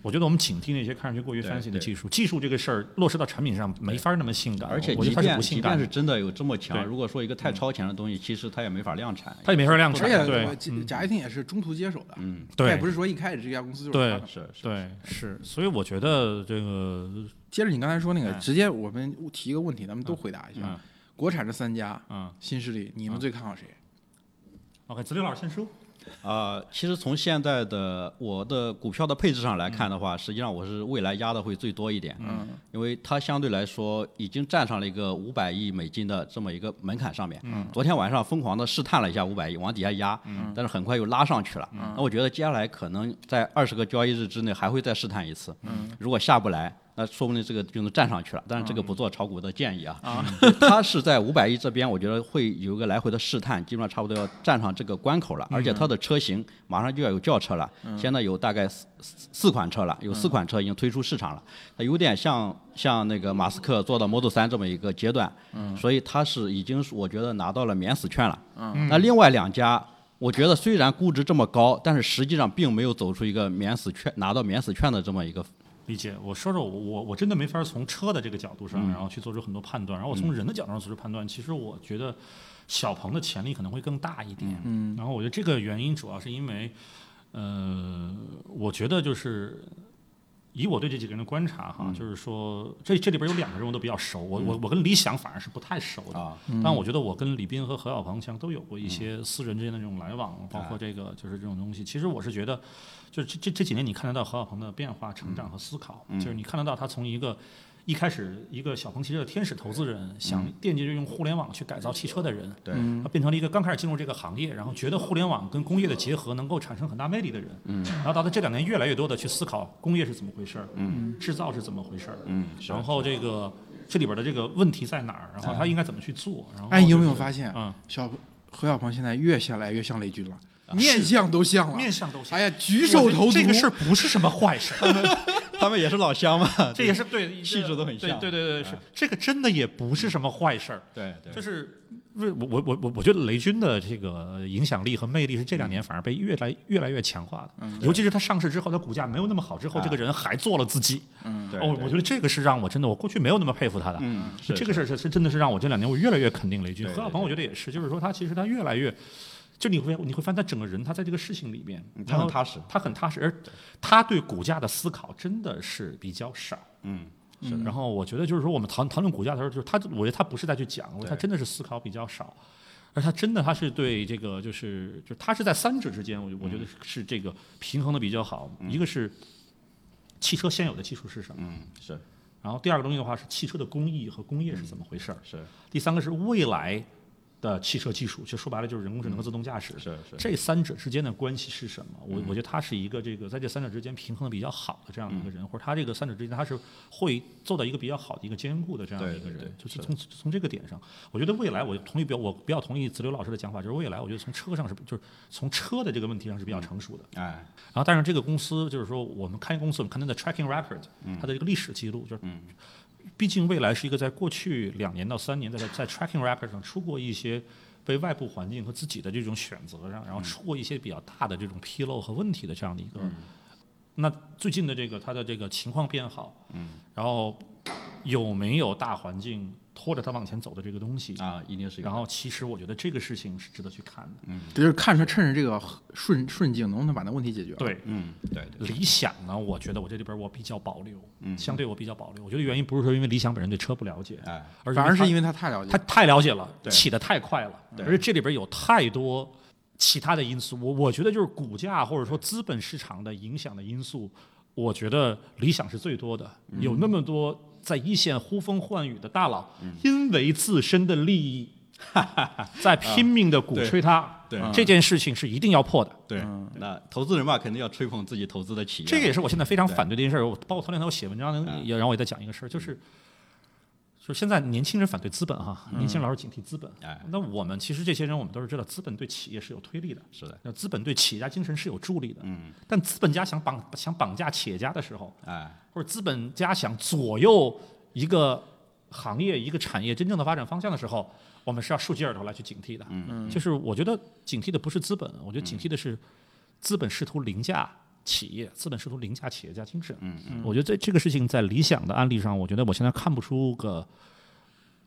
我觉得我们警惕那些看上去过于对 fancy 的对技术，技术这个事儿落实到产品上没法儿那么性感，而且我觉得即它是便不即性便感是的，真的有这么强，对嗯如果说一个太超前的东西，其实它也没法量产。它也没法儿量产而。且对嗯我，贾贾跃亭也是中途接手的，嗯，对也不是说一开始这家公司就是对他的是是，对，是，所以我觉得这个接着你刚才说那个，哎直接我们提一个问题，咱们嗯都回答一下。国产这三家，嗯，新势力，你们最看好谁？ ，OK，子林老师先说，啊，其实从现在的我的股票的配置上来看的话，实际上我是未来压的会最多一点，嗯，因为它相对来说已经站上了一个五百亿美金的这么一个门槛上面。嗯，昨天晚上疯狂的试探了一下五百亿，往底下压，嗯，但是很快又拉上去了。嗯，那我觉得接下来可能在二十个交易日之内还会再试探一次，嗯，如果下不来。那说不定这个就能站上去了，但是这个不做炒股的建议啊。就它是在五百亿这边，我觉得会有一个来回的试探，基本上差不多要站上这个关口嗯了。而且它的车型马上就要有轿车了，现在有大概四四四款车了，嗯有四款车已经推出市场了。它有点像像那个马斯克做到 Model 3这么一个阶段，嗯所以它是已经是我觉得拿到了免死券了。嗯那另外两家。我觉得虽然估值这么高，但是实际上并没有走出一个免死券拿到免死券的这么一个理解，我说说我我我真的没法从车的这个角度上，然后去做出很多判断，然后我从人的角度上做出判断，其实我觉得小鹏的潜力可能会更大一点，嗯，然后我觉得这个原因主要是因为，呃，我觉得就是。以我对这几个人的观察哈，就是说这这里边有两个人我都比较熟，我我我跟李想反而是不太熟的，啊，但我觉得我跟李斌和何小鹏像都有过一些私人之间的这种来往，包括这个就是这种东西。其实我是觉得，就是这这这几年你看得到何小鹏的变化、成长和思考，就是你看得到他从一个一开始一个小鹏汽车的天使投资人，想惦记着用互联网去改造汽车的人，对嗯他变成了一个刚开始进入这个行业，然后觉得互联网跟工业的结合能够产生很大魅力的人，然后到他这两年越来越多的去思考工业是怎么回事儿，嗯制造是怎么回事儿，然后这个这里边的这个问题在哪儿，然后他应该怎么去做，然后哦哎，你有没有就是发现嗯，小何小鹏现在越下来越像雷军了，啊面相都像了，面相都像哎呀，举手投我足，觉得这个事儿不是什么坏事儿， 他们也是老乡嘛，这也是对气质都很像对对对对，是这个真的也不是什么坏事儿，对对，就是为我我我我我觉得雷军的这个影响力和魅力是这两嗯年反而被越来越来越强化的，尤其是他上市之后，他股价没有那么好之后，啊这个人还做了自己，嗯对哦，我觉得这个是让我真的我过去没有那么佩服他的，嗯是这个事儿是是真的是让我这两年我越来越肯定雷军，对何对小鹏对我觉得也是，就是说他其实他越来越。就你会你会发现他整个人他在这个事情里面，嗯他然后很踏实他很踏实，而他对股价的思考真的是比较少。嗯，是然后我觉得就是说，我们谈谈论股价的时候，就是他，我觉得他不是在去讲，我觉得他真的是思考比较少，而他真的他是对这个就是就是他是在三者之间，我我觉得是是这个平衡的比较好。一个是汽车现有的技术是什么，嗯是然后第二个东西的话是汽车的工艺和工业是怎么回事儿，嗯是第三个是未来的汽车技术，就说白了就是人工智能和自动驾驶。是是嗯这三者之间的关系是什么？我我觉得他是一个这个在这三者之间平衡的比较好的这样的一嗯个人，或者他这个三者之间他是会做到一个比较好的一个兼顾的这样的一个人。对对对就是从从这个点上，我觉得未来我同意比较我比较同意子刘老师的讲法，就是未来我觉得从车上是就是从车的这个问题上是比较成熟的。哎，然后，但是这个公司就是说，我们看公司，我们看它的 tracking record，它嗯的这个历史记录，就是，毕竟未来是一个在过去两年到三年在在 tracking record 上出过一些被外部环境和自己的这种选择上，然后出过一些比较大的这种纰漏和问题的这样的一个。那最近的这个它的这个情况变好，然后有没有大环境拖着它往前走的这个东西？啊，一定是有然后，其实我觉得这个事情是值得去看的。就是看着趁着这个顺顺境，能不能把那问题解决？，对，嗯，对对，理想呢，我觉得我这里边我比较保留，相对我比较保留。我觉得原因不是说因为理想本身对车不了解，哎，而反而是因为为他太了解他了，太了解了，对起得太快了，而且这里边有太多其他的因素。我我觉得就是股价或者说资本市场的影响的因素，我觉得理想是最多的，有那么多在一线呼风唤雨的大佬，因为自身的利益。在拼命的鼓吹它，对啊这件事情是一定要破的。对，那投资人嘛，肯定要吹捧自己投资的企业，嗯啊这个也是我现在非常反对的一件事儿。我包括头两天我写文章的，也然后我也在讲一个事儿，就是。就是现在年轻人反对资本哈，年轻人老是警惕资本。哎那我们其实这些人，我们都是知道，资本对企业是有推力的，是的，那资本对企业家精神是有助力的。嗯。但资本家想绑想绑架企业家的时候，哎，或者资本家想左右一个行业、一个产业真正的发展方向的时候，我们是要竖起耳朵来去警惕的。嗯，就是我觉得警惕的不是资本，我觉得警惕的是资本试图凌驾企业，资本试图凌驾企业家精神。嗯嗯，我觉得这这个事情在理想的案例上，我觉得我现在看不出个。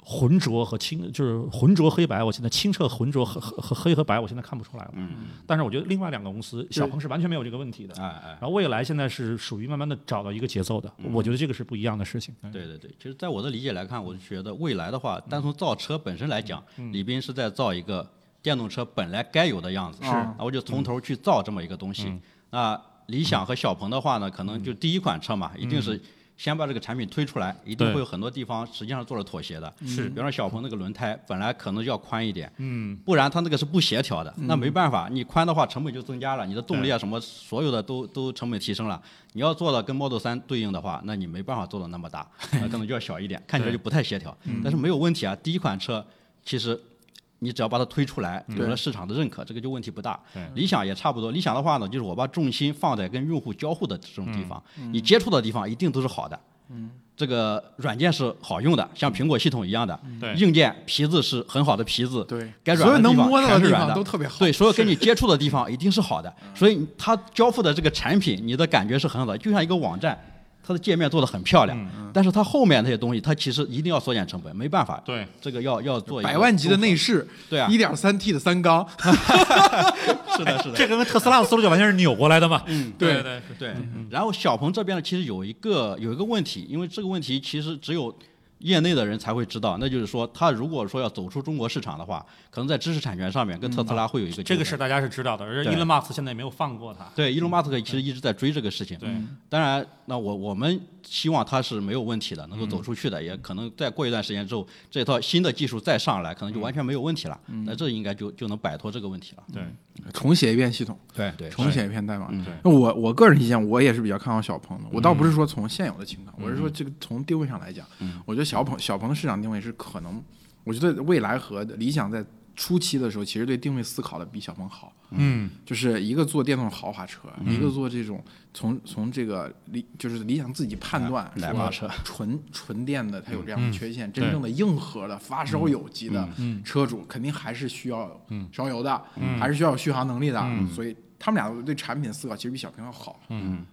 浑浊和清就是浑浊黑白，我现在清澈浑浊和和和黑和白，我现在看不出来了。嗯，但是我觉得另外两个公司，小鹏是完全没有这个问题的。哎哎。然后未来现在是属于慢慢的找到一个节奏的，我觉得这个是不一样的事情。对对对，其实在我的理解来看，我就觉得未来的话，嗯单从造车本身来讲，李斌是在造一个电动车本来该有的样子，是啊我就嗯从头去造这么一个东西。那理想和小鹏的话呢，可能就第一款车嘛，一定是先把这个产品推出来，一定嗯对会有很多地方实际上做了妥协的。是比方说小鹏那个轮胎本来可能要宽一点，嗯，不然它那个是不协调的。那没办法，你宽的话成本就增加了，你的动力啊什么所有的都都成本提升了。你要做的跟 Model 3对应的话，那你没办法做的那么大，那可能就要小一点，看起来就不太协调。但是没有问题啊，第一款车其实。你只要把它推出来，有了市场的认可，这个就问题不大。理想也差不多。理想的话呢，就是我把重心放在跟用户交互的这种地方，你接触的地方一定都是好的。这个软件是好用的，像苹果系统一样的。对硬件皮子是很好的皮子，对该软所有的地能方摸到全的是地软方的都特别好嗯对，所有跟你接触的地方一定是好的，所以它交付的这个产品，你的感觉是很好的，就像一个网站。它的界面做的很漂嗯亮，但是它后面那些东西，它其实一定要缩减成本，没办法。对这个要要做一个百万级的嗯综合内饰，对啊一点三 T 的三缸，是的，是的，哎这个跟特斯拉的思路就完全是扭过来的嘛。嗯，对对对，然后小鹏这边呢，其实有一个有一个问题，因为这个问题其实只有业内的人才会知道，那就是说，它如果说要走出中国市场的话，可能在知识产权上面跟特斯拉嗯会有一个、这个事。大家是知道的，而且对 Elon Musk 现在也没有放过他。嗯对，伊隆马斯克其实一直在追这个事情。对，当然，那我我们希望它是没有问题的，能够走出去的，也可能再过一段时间之后，这套新的技术再上来，可能就完全没有问题了。那这应该就就能摆脱这个问题了。对，重写一遍系统，对对嗯重写一遍代码对。那我我个人意见，我也是比较看好小鹏的。我倒不是说从现有的情况，嗯我是说这个从定位上来讲，我觉得小鹏小鹏的市场定位是可能，我觉得未来和理想在初期的时候，其实对定位思考的比小鹏好。嗯，就是一个做电动豪华车，一个做这种从从这个理就是理想自己判哎断奶爸说纯纯电的它有这嗯样的缺陷，真正的硬核的发烧友级的车主肯定还是需要嗯烧油的，还是需要有续航能力的，所以他们俩对产品思考其实比小鹏要好，嗯，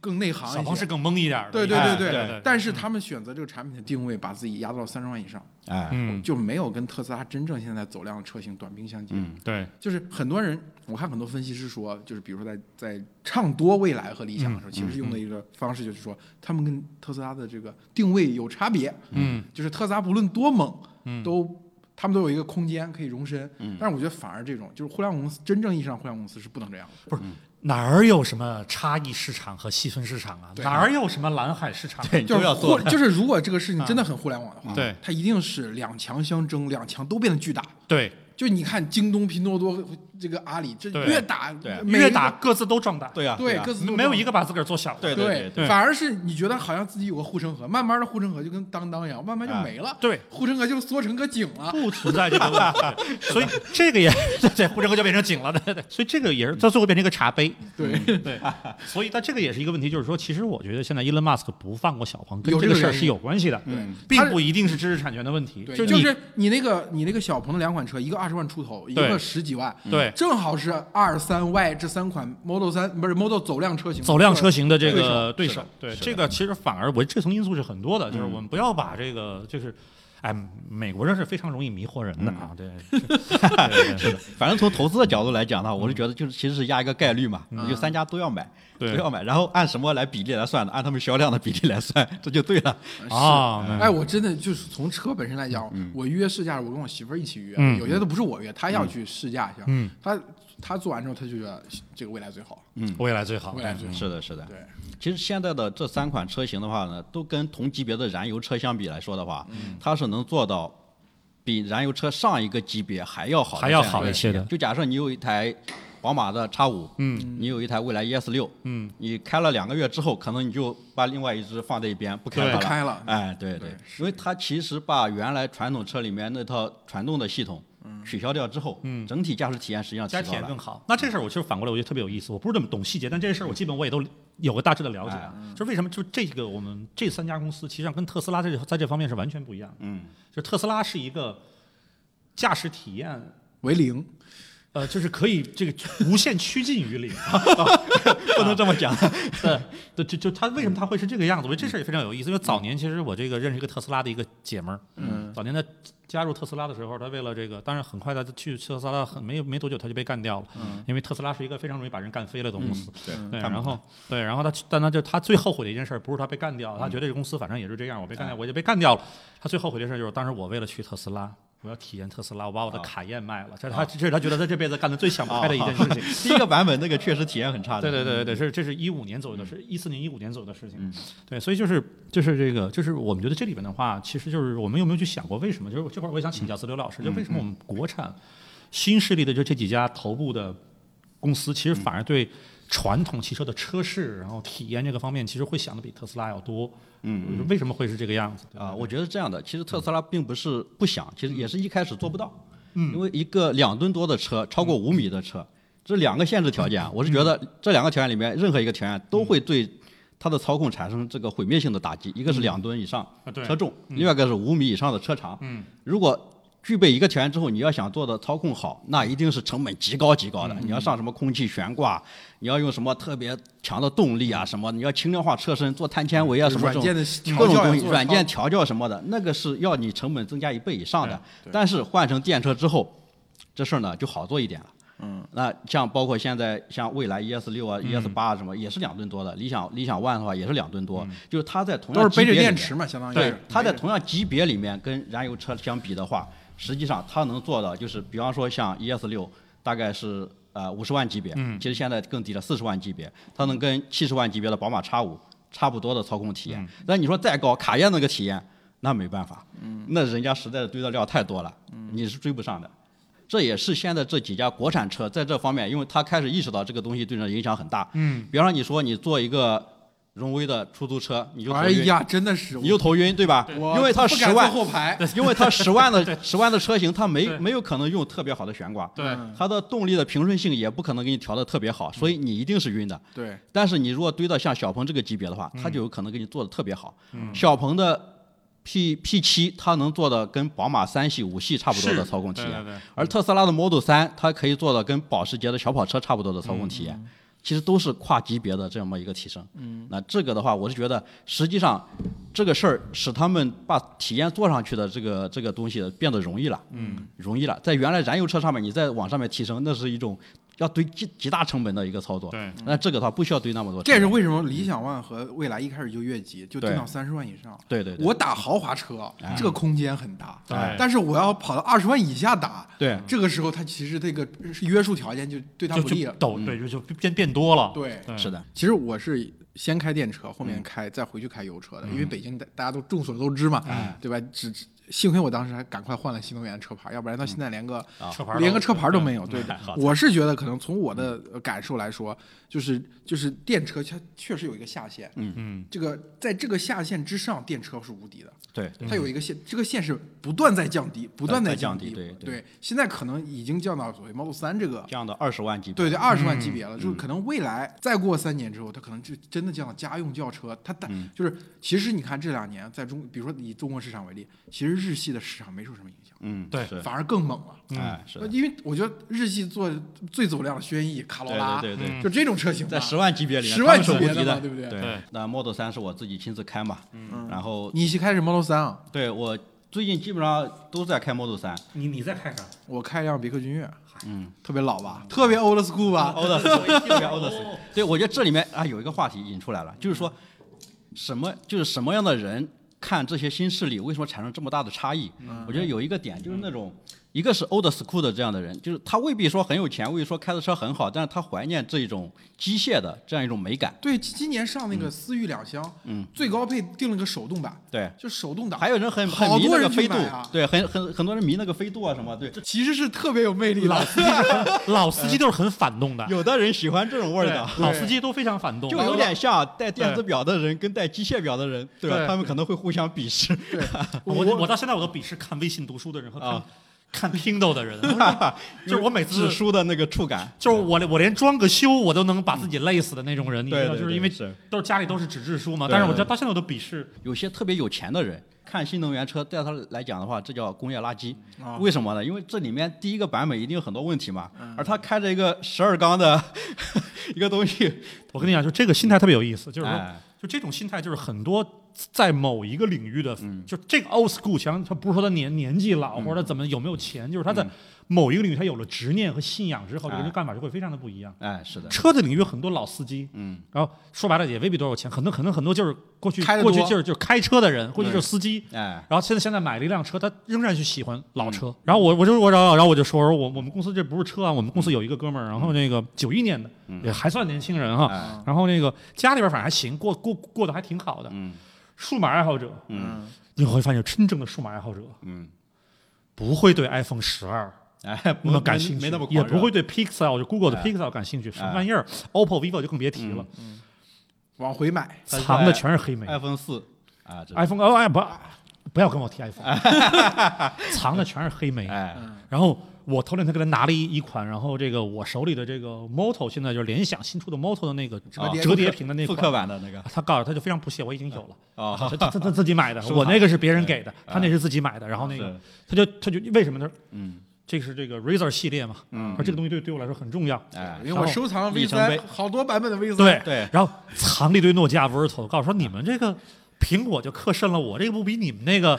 更内行一些。小鹏是更懵一点的。对对哎对对但是他们选择这个产品的定位，把自己压到三十万以上， 哎，嗯，就没有跟特斯拉真正现在走量的车型短兵相接。对，就是很多人，我看很多分析师说，就是比如说在在唱多未来和理想的嗯时候，其实用的一个方式就是说，他们跟特斯拉的这个定位有差别，嗯，就是特斯拉不论多猛，都他们都有一个空间可以容身。嗯但是我觉得反而这种就是互联网公司真正意义上互联网公司是不能这样的。不是哪儿有什么差异市场和细分市场啊？对哪儿有什么蓝海市场？啊 对，你就都是要做或。就是如果这个 事情真的很互联网的话，对它一定是两强相争，两强都变得巨大。对，就你看京东、拼多多、这个阿里，这对越打对每一越个打各自都壮大，对呀、对呀各自都没有一个把自个儿做小的。对对对反而是你觉得好像自己有个护城河，慢慢的护城河就跟当当一样，慢慢就没了。对，护城河就缩成个井了。不存在这个问题，所以这个也对对，护城河就变成井了，对对对， 所以这个也是到最后变成一个茶杯，对，对，所以但这个也是一个问题，就是说，其实我觉得现在 Elon Musk 不放过小鹏，跟有这这个个事儿原因是有关系的，嗯并不一定是知识产权的问题，对，就就你是你那个你那个小鹏的两款车，一个二十万出头，一对嗯个十几万，对正好是二三 Y 这三款 Model 三不是 Model 走量车型，走量车型的这对个对手是的，对是的这个其实反而我这层因素是很多的，就是我们不要把这个就是。哎，美国人是非常容易迷惑人的啊！对，对对是的，反正从投资的角度来讲呢，我是觉得就是其实是压一个概率嘛，你就三家都要买，都对要买，然后按什么来比例来算的？按他们销量的比例来算，这就对了。啊，哎，我真的就是从车本身来讲，我约试驾，我跟我媳妇儿一起约，嗯有些都不是我约，她要去试驾一下，嗯她她做完之后，她就觉得这个未来最好，未来最好，未来最好，是的，是的。对，其实现在的这三款车型的话呢，都跟同级别的燃油车相比来说的话，它是能做到比燃油车上一个级别还要好的还要这样好一些的就假设你有一台宝马的 X 五，嗯，你有一台蔚来 ES 六，嗯，你开了两个月之后，可能你就把另外一只放在一边不开它对了，不开了哎，对对因为它其实把原来传统车里面那套传动的系统取消掉之后，嗯，整体驾驶体验实际上提加高甜了更。好。那这事儿我其实反过来，我觉得特别有意思。我不是那么懂细节，但这个事儿我基本我也都有个大致的了解啊。就是为什么就这个我们这三家公司，其实上跟特斯拉这在这方面是完全不一样。嗯，就特斯拉是一个驾驶体验。为零，呃，就是可以这个无限趋近于零，啊 不能这么讲，对，对，就就他为什么他会是这个样子？我觉得这事儿也非常有意思，因为早年其实我这个认识一个特斯拉的一个姐们儿，嗯，早年她加入特斯拉的时候，她为了这个，当然很快她去特斯拉很没有没多久她就被干掉了，因为特斯拉是一个非常容易把人干飞了的公司，对嗯对，嗯干不然后对，然后他去，但他就他最后悔的一件事，不是他被干掉，他嗯觉得这公司反正也是这样，我被干掉我就被干掉了。他最后悔的事就是，当时我为了去特斯拉，我要体验特斯拉，我把哦我的卡宴卖了，这是他这是他觉得他这辈子干的最想不开的一件事情。 第一个版本那个确实体验很差的。对对对对对，是这是一五年左右的事，一四年一五年左右的事情。对，所以就是就是这个，就是我们觉得这里边的话，其实就是我们有没有去想过为什么？就是这块儿我也想请教思刘老师，就为什么我们国产新势力的就这几家头部的公司，其实反而对传统汽车的车市，然后体验这个方面，其实会想的比特斯拉要多。嗯，为什么会是这个样子？啊，我觉得是这样的，其实特斯拉并不是不想，其实也是一开始做不到，嗯嗯，因嗯为一个两吨多的车，超过五米的车，这两个限制条件啊，我是觉得这两个条件里面任何一个条件都会对它的操控产生这个毁灭性的打击，一个是两吨以上啊对车重，嗯另外一个是五米以上的车长，嗯，如果具备一个条件之后，你要想做的操控好，那嗯一定是成本极高极高的。你要上什么空气悬挂，你要用什么特别强的动力啊，什么你要轻量化车身，做碳纤维啊，什么这种嗯软件的各调种教东也西，做得软件超调教什么的，那个是要你成本增加一倍以上的。但是换成电车之后，这事儿呢就好做一点了。嗯，那像包括现在像蔚来 ES 六啊、ES 嗯八啊什么，也是两吨多的。理想理想 ONE 的话也是两吨多，就是它在同嗯都样是级别背着里电面池嘛，相当于对是，它在同样级别里面跟燃油车相比的话，实际上它能做到就是，比方说像 ES 六，大概是呃五十万级别，嗯其实现在更低了，四十万级别，它能跟七十万级别的宝马 X 五差不多的操控嗯体验。但你说再高，卡宴那个体验，那没办法，嗯那人家实在是堆的料太多了，你是追不上的。这也是现在这几家国产车在这方面，因为它开始意识到这个东西对人的影响很大。嗯，比方说你说你做一个荣威的出租车，你就哎头晕呀，真的是，你就头晕对吧？我因为它不十敢坐万，后排，因为它十万的十万的车型，它没对没有可能用特别好的悬挂，对它的动力的平顺性也不可能给你调的特别好，所以你一定是晕的。对，但是你如果堆到像小鹏这个级别的话，它就有可能给你做的特别好。小鹏的 P P 七，它能做的跟宝马三系、五系差不多啊的是操控体对验对对，嗯而特斯拉的 Model 三，它可以做到跟保时捷的小跑车差不多的操控体嗯验。其实都是跨级别的这么一个提升。嗯，那这个的话，我是觉得实际上这个事儿使他们把体验做上去的这个这个东西变得容易了。嗯，容易了，在原来燃油车上面，你再往上面提升，那是一种要堆极极大成本的一个操作。对，那这个的话不需要堆那么多成这本。也是为什么理想 ONE 和蔚来一开始就越级，就定到三十万以上。对对对哎我打豪华车，啊这个空间很大对，但是我要跑到二十万以下打，对这个时候它其实这个约束条件就对它就不利啊就了。抖，对，就就变变多了。对，对是的，其实我是先开电车，后面开、再回去开油车的，因为北京大大家都众所周知嘛，对吧？只只幸亏我当时还赶快换了新能源车牌，要不然到现在连个、车牌连都个车牌都没有。对对的嗯 好，嗯我是觉得可能从我的呃感受来说，就是就是电车它确实有一个下限，嗯嗯，这个在这个下限之上，电车是无敌的。对它有一个线，这个线是不断在降低，不断在降降低对对对，现在可能已经降到所谓 Model 三这个降到二十万级别。对对，二十万嗯级别了，就是可能未来再过三年之后，它可能就真的降到家用轿车。它嗯但就是其实你看这两年在中，比如说以中国市场为例，其实日系的市场没受什么影响，嗯，对是反而嗯更猛了。哎，是那的，因为我觉得日系做最走量的轩逸、卡罗拉，对对对对就这种车型吧在十万级别里面，十万他们是级别无敌的嘛的，对不对对那 Model 三是我自己亲自开嘛，嗯，然后你是开的是 Model 三啊？对我最近基本上都在开 Model 三，你你再看看，我开一辆别克君越，嗯，特别老吧，特别 old school 吧，欧的斯，特别欧 的斯。对，我觉得这里面啊有一个话题引出来了，就是说什么就是什么样的人看这些新势力，为什么产生这么大的差异？嗯我觉得有一个点就是那种。一个是 old school 的这样的人，就是他未必说很有钱，未必说开的车很好，但是他怀念这种机械的这样一种美感。对，今年上那个思域两厢，嗯，最高配定了个手动版，对就手动挡，还有人很很好迷多那个人飞去度买啊，对，很很很多人迷那个飞度啊什么，对，其实是特别有魅力的。 老司机都是很反动的，有的人喜欢这种味儿对的，老司机都非常反动，就有点像带电子表的人跟带机械表的人，对吧？对他们可能会互相 鄙视。我我我到现在我都鄙视看微信读书的人和看、啊看 Kindle 的 人，就是我每次指书的那个触感，就是我我连装个修我都能把自己累死的那种人，你知道，对对就是因对为是都是家里都是纸质书嘛，对但是我到到现在我都鄙视，有些特别有钱的人看新能源车，对他来讲的话，这叫工业垃圾。啊啊为什么呢？因为这里面第一个版本一定有很多问题嘛，嗯而他开着一个十二缸的 一个东西，我跟你讲，就这个心态特别有意思， 就是说，哎就这种心态，就是很多在某一个领域的，嗯就这个 old school 强，他不是说他年年纪老或者怎么有没有钱，就是他在某一个领域他有了执念和信仰之后，这个人嗯哎的干法就会非常的不一样。哎，是的，车的领域很多老司机，嗯，然后说白了也未必多少钱，很多可能很多就是过去开得过多去就是就是开车的人，过去就是司机，哎，然后现在现在买了一辆车，他仍然去喜欢老车。然后我我就我然后然后我就说我说我我们公司这不是车啊，我们公司有一个哥们儿，然后那个九一年的、也还算年轻人哈，哎然后那个家里边反正还行，过过过得还挺好的。嗯数码爱好者，嗯，你会发现真正的数码爱好者嗯，不会对 iPhone 十二。哎，那不么感兴趣，没没那么也狂热不会对 Pixel 就 Google 的哎 Pixel 感兴趣，什么玩意儿？OPPO、vivo 就更别提了，往回买，哎藏的全是黑莓。 iPhone 四啊，这 iPhone 哦哎不，不要跟我提 iPhone，藏的全是黑莓。哎，然后我头两天给他拿了一一款，然后这个我手里的这个 Moto 现在就是联想新出的 Moto 的那个折叠折叠屏的那复款，刻版的那个他告诉我他就非常不屑，我已经有了。啊，他他他自己买的，收藏哎我那个是别人给的，他那是自己买的。然后那个是他就他就为什么呢？嗯，这个是这个 Razer 系列嘛，嗯说这个东西对对我来说很重要。哎因，为我收藏了 V 里程碑三好多版本的 V 三，对对然后藏了一堆诺基亚 Virtual，告诉说你们这个苹果就克甚了我，这个不比你们那个，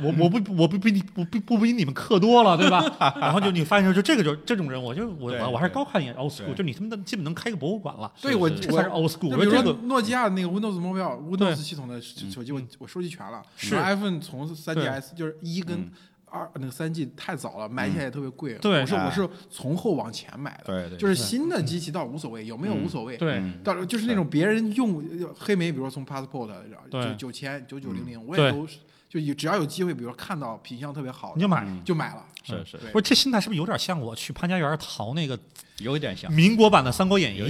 我我不我不比你不不不比你们克多了，对吧？ 然后就你发现说，就这个就这种人，我就我对我我还是对高看一眼 old school，对就你他妈的基本能开个博物馆了，对我这才是我 old school。就我比说如这说个诺基亚的那个 Windows 目标对嗯，Windows 系统的手机我我收集全了，是嗯然后 iPhone 从 3DS 就是一跟二那个三 G 太早了，买起来也特别贵，对我是哎我是从后往前买的，对对嗯就是新的机器倒无所谓，有没有无所谓，嗯对到时候就是那种别人用黑莓，比如说从 Passport 然后对嗯九九千九九零零，我对也都是就有只要有机会，比如说看到品相特别好的，你就买。就买了，是是，我说这心态是不是有点像我去潘家园淘那个有一点像，民国版的《三国演义》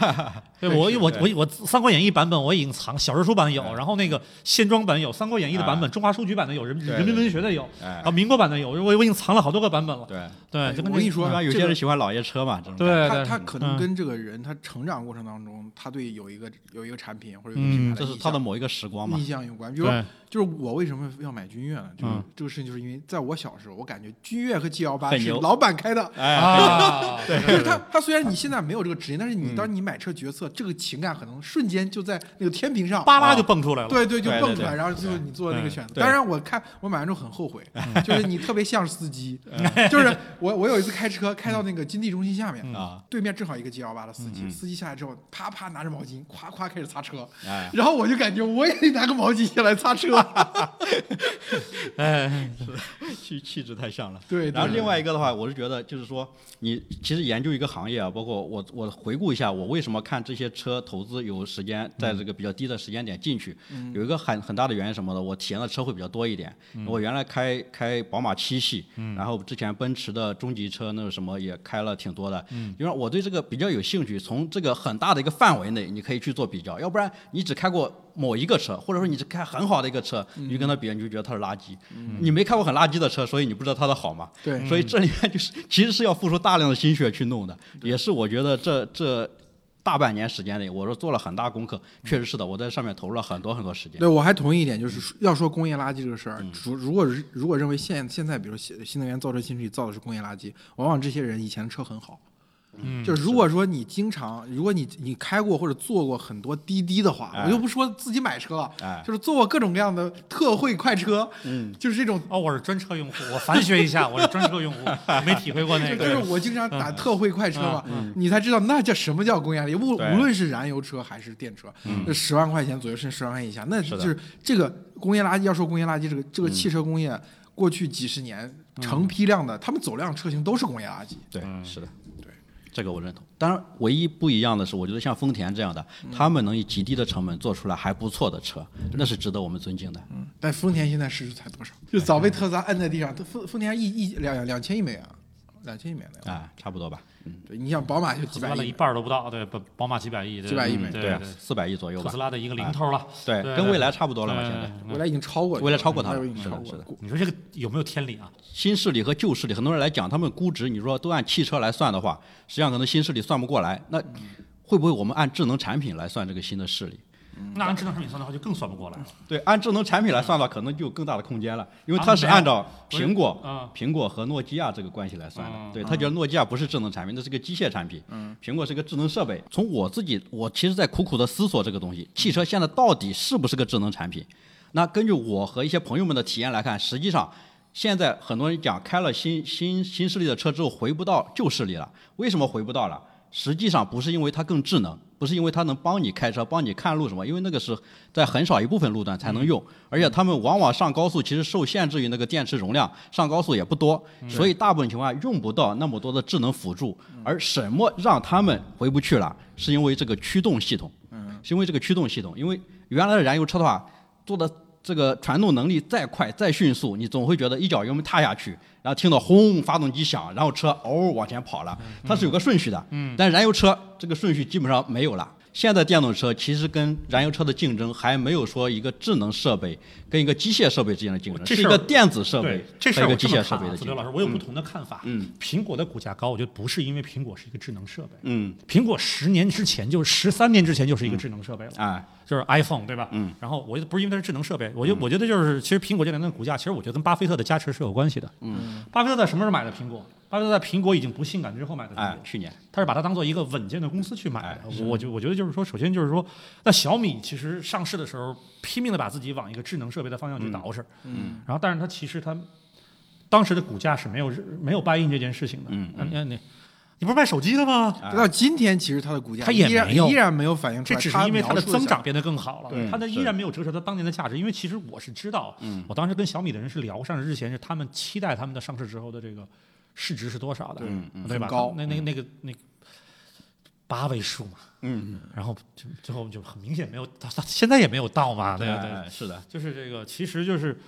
对我我我我《三国演义》版本我已经藏，小人书版有，然后那个线装版有，《三国演义》的版本，中华书局版的有，人对人民文学的有，哎然后啊民国版的有，我我已经藏了好多个版本了。对，嗯对，哎就跟哎嗯我跟你这说一般有这些个人喜欢老爷车嘛，这种感觉对他对他可能嗯跟这个人他成长过程当中，他对有一个有一个产品或者有一个品牌嗯的这意是向他的某一个时光嘛逆，向有关。比如说对，就是我为什么要买君越呢？就是、嗯这个事情，就是因为在我小时候，我感觉君越和 G 幺八很是牛老板开 的。哎，啊， 对就是他，他虽然你现在没有这个职业，但是嗯你当你买车决策，这个情感可能瞬间就在那个天平上巴拉就蹦出来了。对对，就对蹦对出来，对然后最后你做那个选择。对嗯当然，我看我买完之后很后悔， 就是你特别像司机， 就是我我有一次开车开到那个金地中心下面啊，嗯对面正好一个 G 幺八的司机，司机下来之后，啪啪拿着毛巾，夸夸开始擦车哎，然后我就感觉我也得拿个毛巾下来擦 车。哎，气气质太像了。对对然后对另外一个的话，我是觉得就是说，你其实研究一个行业啊，包括我我回顾一下，我为什么看这些车投资有时间在这个比较低的时间点进去，嗯有一个很很大的原因是什么的，我体验的车会比较多一点。我原来开开宝马七系，嗯然后之前奔驰的中级车那个什么也开了挺多的，嗯因为我对这个比较有兴趣，从这个很大的一个范围内你可以去做比较，要不然你只开过。某一个车，或者说你只开很好的一个车，你就跟他比，你就觉得它是垃圾。你没开过很垃圾的车，所以你不知道它的好嘛。对所以这里面就是其实是要付出大量的心血去弄的，也是我觉得这这大半年时间内，我说做了很大功课，确实是的，我在上面投入了很多很多时间。嗯对，我还同意一点，就是说要说工业垃圾这个事儿，如如果是如果认为现现在，比如新新能源造车新势力造的是工业垃圾，往往这些人以前的车很好。嗯就是如果说你经常，如果你你开过或者坐过很多滴滴的话，哎我就不说自己买车了，哎就是坐过各种各样的特惠快车，嗯，就是这种，哦，我是专车用户，我反学一下，我是专车用户，没体会过那就个。是我经常打嗯特惠快车嘛，你才知道那叫什么叫工业垃圾。无对嗯无论是燃油车还是电车，那十万块钱左右甚至十万块钱以下，那就是的嗯是这个工业垃圾。要说工业垃圾，这个这个汽车工业过去几十年成批量的，他们走量车型都是工业垃圾。对，是的，对，这个我认同。当然，唯一不一样的是，我觉得像丰田这样的，他们能以极低的成本做出来还不错的车，那是值得我们尊敬的。但丰田现在市值才多少？哎就早被特斯拉摁在地上。丰丰田一一两两千亿美元，两千亿美元的样子。啊，差不多吧，对，你想宝马就几百花了一亿，半儿都不到，对，宝宝马几百亿，对嗯几百亿美对金对，嗯四百亿左右特啊吧斯，拉的一个零头了，对，对跟对蔚来差不多了嘛，对嗯现在。未来已经超过，未来超过它了未来已经是超的过是的了。你说这个有没有天理啊？新势力和旧势力，很多人来讲，他们估值，你说都按汽车来算的话，实际上可能新势力算不过来。那会不会我们按智能产品来算这个新的势力？那按智能产品算的话，就更算不过来了。对，按智能产品来算的话，可能就有更大的空间了，因为啊它是没有按照苹果、啊苹果和诺基亚这个关系来算的。嗯对，他觉得诺基亚不是智能产品，那是个机械产品。苹果是个智能设备。从我自己，我其实在苦苦的思索这个东西，汽车现在到底是不是个智能产品？那根据我和一些朋友们的体验来看，实际上。现在很多人讲开了新新新势力的车之后回不到旧势力了，为什么回不到了？实际上不是因为它更智能，不是因为它能帮你开车、帮你看路什么，因为那个是在很少一部分路段才能用，而且他们往往上高速其实受限制于那个电池容量，上高速也不多，所以大部分情况下用不到那么多的智能辅助。而什么让他们回不去了？是因为这个驱动系统，是因为这个驱动系统，因为原来的燃油车的话做的。这个传动能力再快再迅速，你总会觉得一脚油门踏下去，然后听到轰发动机响，然后车嗷往前跑了，它是有个顺序的。嗯，但燃油车这个顺序基本上没有了。现在电动车其实跟燃油车的竞争还没有说一个智能设备跟一个机械设备之间的竞争，这是一事儿个电子设备对，这事和儿一我个这机么械看设备啊的子竞刘老争。师，我有不同的看法。嗯，苹果的股价高，我觉得不是因为苹果是一个智能设备。嗯，苹果十年之前就十三年之前就是一个智能设备了。哎，就是 iPhone 对吧？嗯，然后我就不是因为它是智能设备，我就我觉得就是，其实苹果这两年的股价，其实我觉得跟巴菲特的加持是有关系的。嗯，巴菲特在什么时候买的苹果？巴菲特在苹果已经不性感之后买的苹哎果，，去年他是把它当做一个稳健的公司去买的。我我觉我觉得就是说，首先就是说，那小米其实上市的时候拼命的把自己往一个智能设备的方向去捯饬，嗯，然后但是它其实它当时的股价是没有没有 buy in 这件事情的。嗯那你你你不是卖手机的吗？哎直到今天，其实它的股价啊它也依然没有依然没有反映出这来，只是因为它它的增长描述变得更好了，对嗯它的依是然没有折射它当年的价值。因为其实我是知道，我当时跟小米的人是聊过上市之前是他们期待他们的上市之后的这个市值是多少的，对吧？嗯很高那那那个那个八位数嘛，嗯，然后就最后就很明显没有到，到现在也没有到嘛，对对，哎是的，就是这个，其实就是。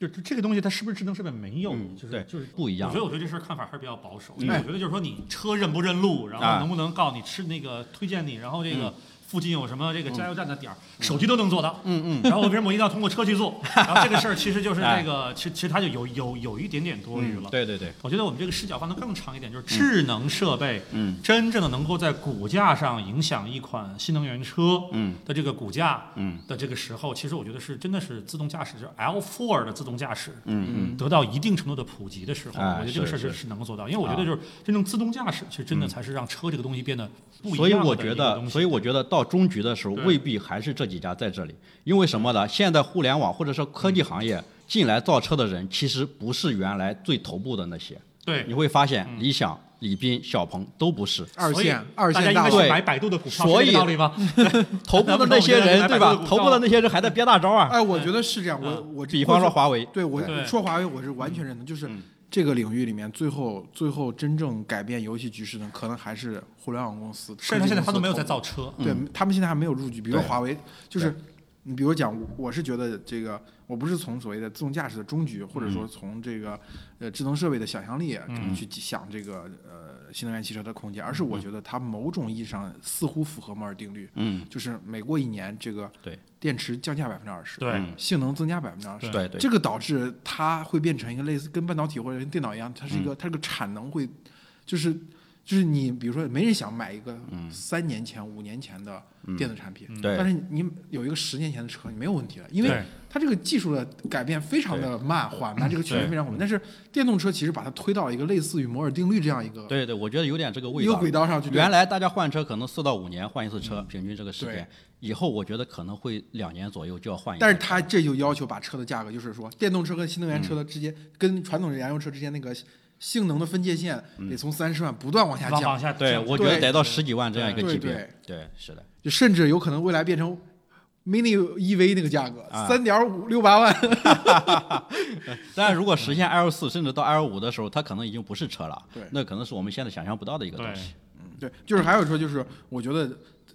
就就这个东西，它是不是智能设备没有？嗯就是对就是不一样我觉得我对这事儿看法还是比较保守，嗯因为我觉得就是说你车认不认路，然哎嗯后能不能告你吃那个推荐你，然后这个附近有什么这个加油站的点儿，手机都能做到。嗯嗯。然后为什么我一定要通过车去 做？然后这个事儿其实就是这哎个，其其实它就有有有一点点多余了。对对对，我觉得我们这个视角放得更长一点，嗯就是智能设备，嗯，真正的能够在股价上影响一款新能源车，嗯，的这个股价，嗯，的这个时候，其实我觉得是真的是自动驾驶，就是 L4 的自动驾驶，嗯得到一定程度的普及的时候，哎我觉得这个事儿是啊嗯是是能够做到，因为我觉得就是真正自动驾驶，其实真的才是让车这个东西变得不一所以样我的觉一个得，东西所以我觉得到终局的时候，对未必还是这几家在这里，因为什么呢？现在互联网或者是科技嗯行业进来造车的人，其实不是原来最头部的那些。对你会发现，嗯理想、李斌、小鹏都 不是二所以线二大家线应大该佬对去买百度的股票，所以是这个道理吗？ 头部的那些人，对吧？头部的那些人还在憋大招啊。哎，我觉得是这样，嗯我 我比方说华为，对我对嗯说华为，我是完全认同，就是这个领域里面，最后最后真正改变游戏局势的，可能还是互联网公司。甚至他现在他都没有在科技公造车，司的嗯投入，对他们现在还没有入局。比如说对华为，就是你比如讲，我是觉得这个，我不是从所谓的自动驾驶的终局，或者说从这个呃智能设备的想象力嗯去想这个呃新能源汽车的空间，而是我觉得它某种意义上似乎符合摩尔定律，嗯，就是每过一年这个对电池降价百分之二十，对嗯性能增加百分之二十，哎对对这个导致它会变成一个类似跟半导体或者跟电脑一样，它是嗯一个、它这个产能会，就是就是你比如说没人想买一个三年前、五年前的电子产品，嗯对但是你有一个十年前的车，你没有问题了，因为哎对它这个技术的改变非常的慢缓慢，这个曲线对非嗯常缓慢，但是电动车其实把它推到一个类似于摩尔定律这样一个对对，我觉得有点这个味一道。个轨道上去，对嗯原来大家换车可能四到五年换一次车，平均这个时对间。以后我觉得可能会两年左右就要换一次。但是它这就要求把车的价格，就是说电动车跟新能源嗯车的之间，跟传统的燃油车之间那个性能的分界线，嗯得从三十万不断往下往往降，下对，降我觉得对得到十几万这样一个级别。对对，是的。就甚至有可能未来变成 mini EV 那个价格，啊三点五六八万。 但如果实现 L 四甚至到 L 五的时候，它可能已经不是车了，对那可能是我们现在想象不到的一个东西。对，就是还有说，就是我觉得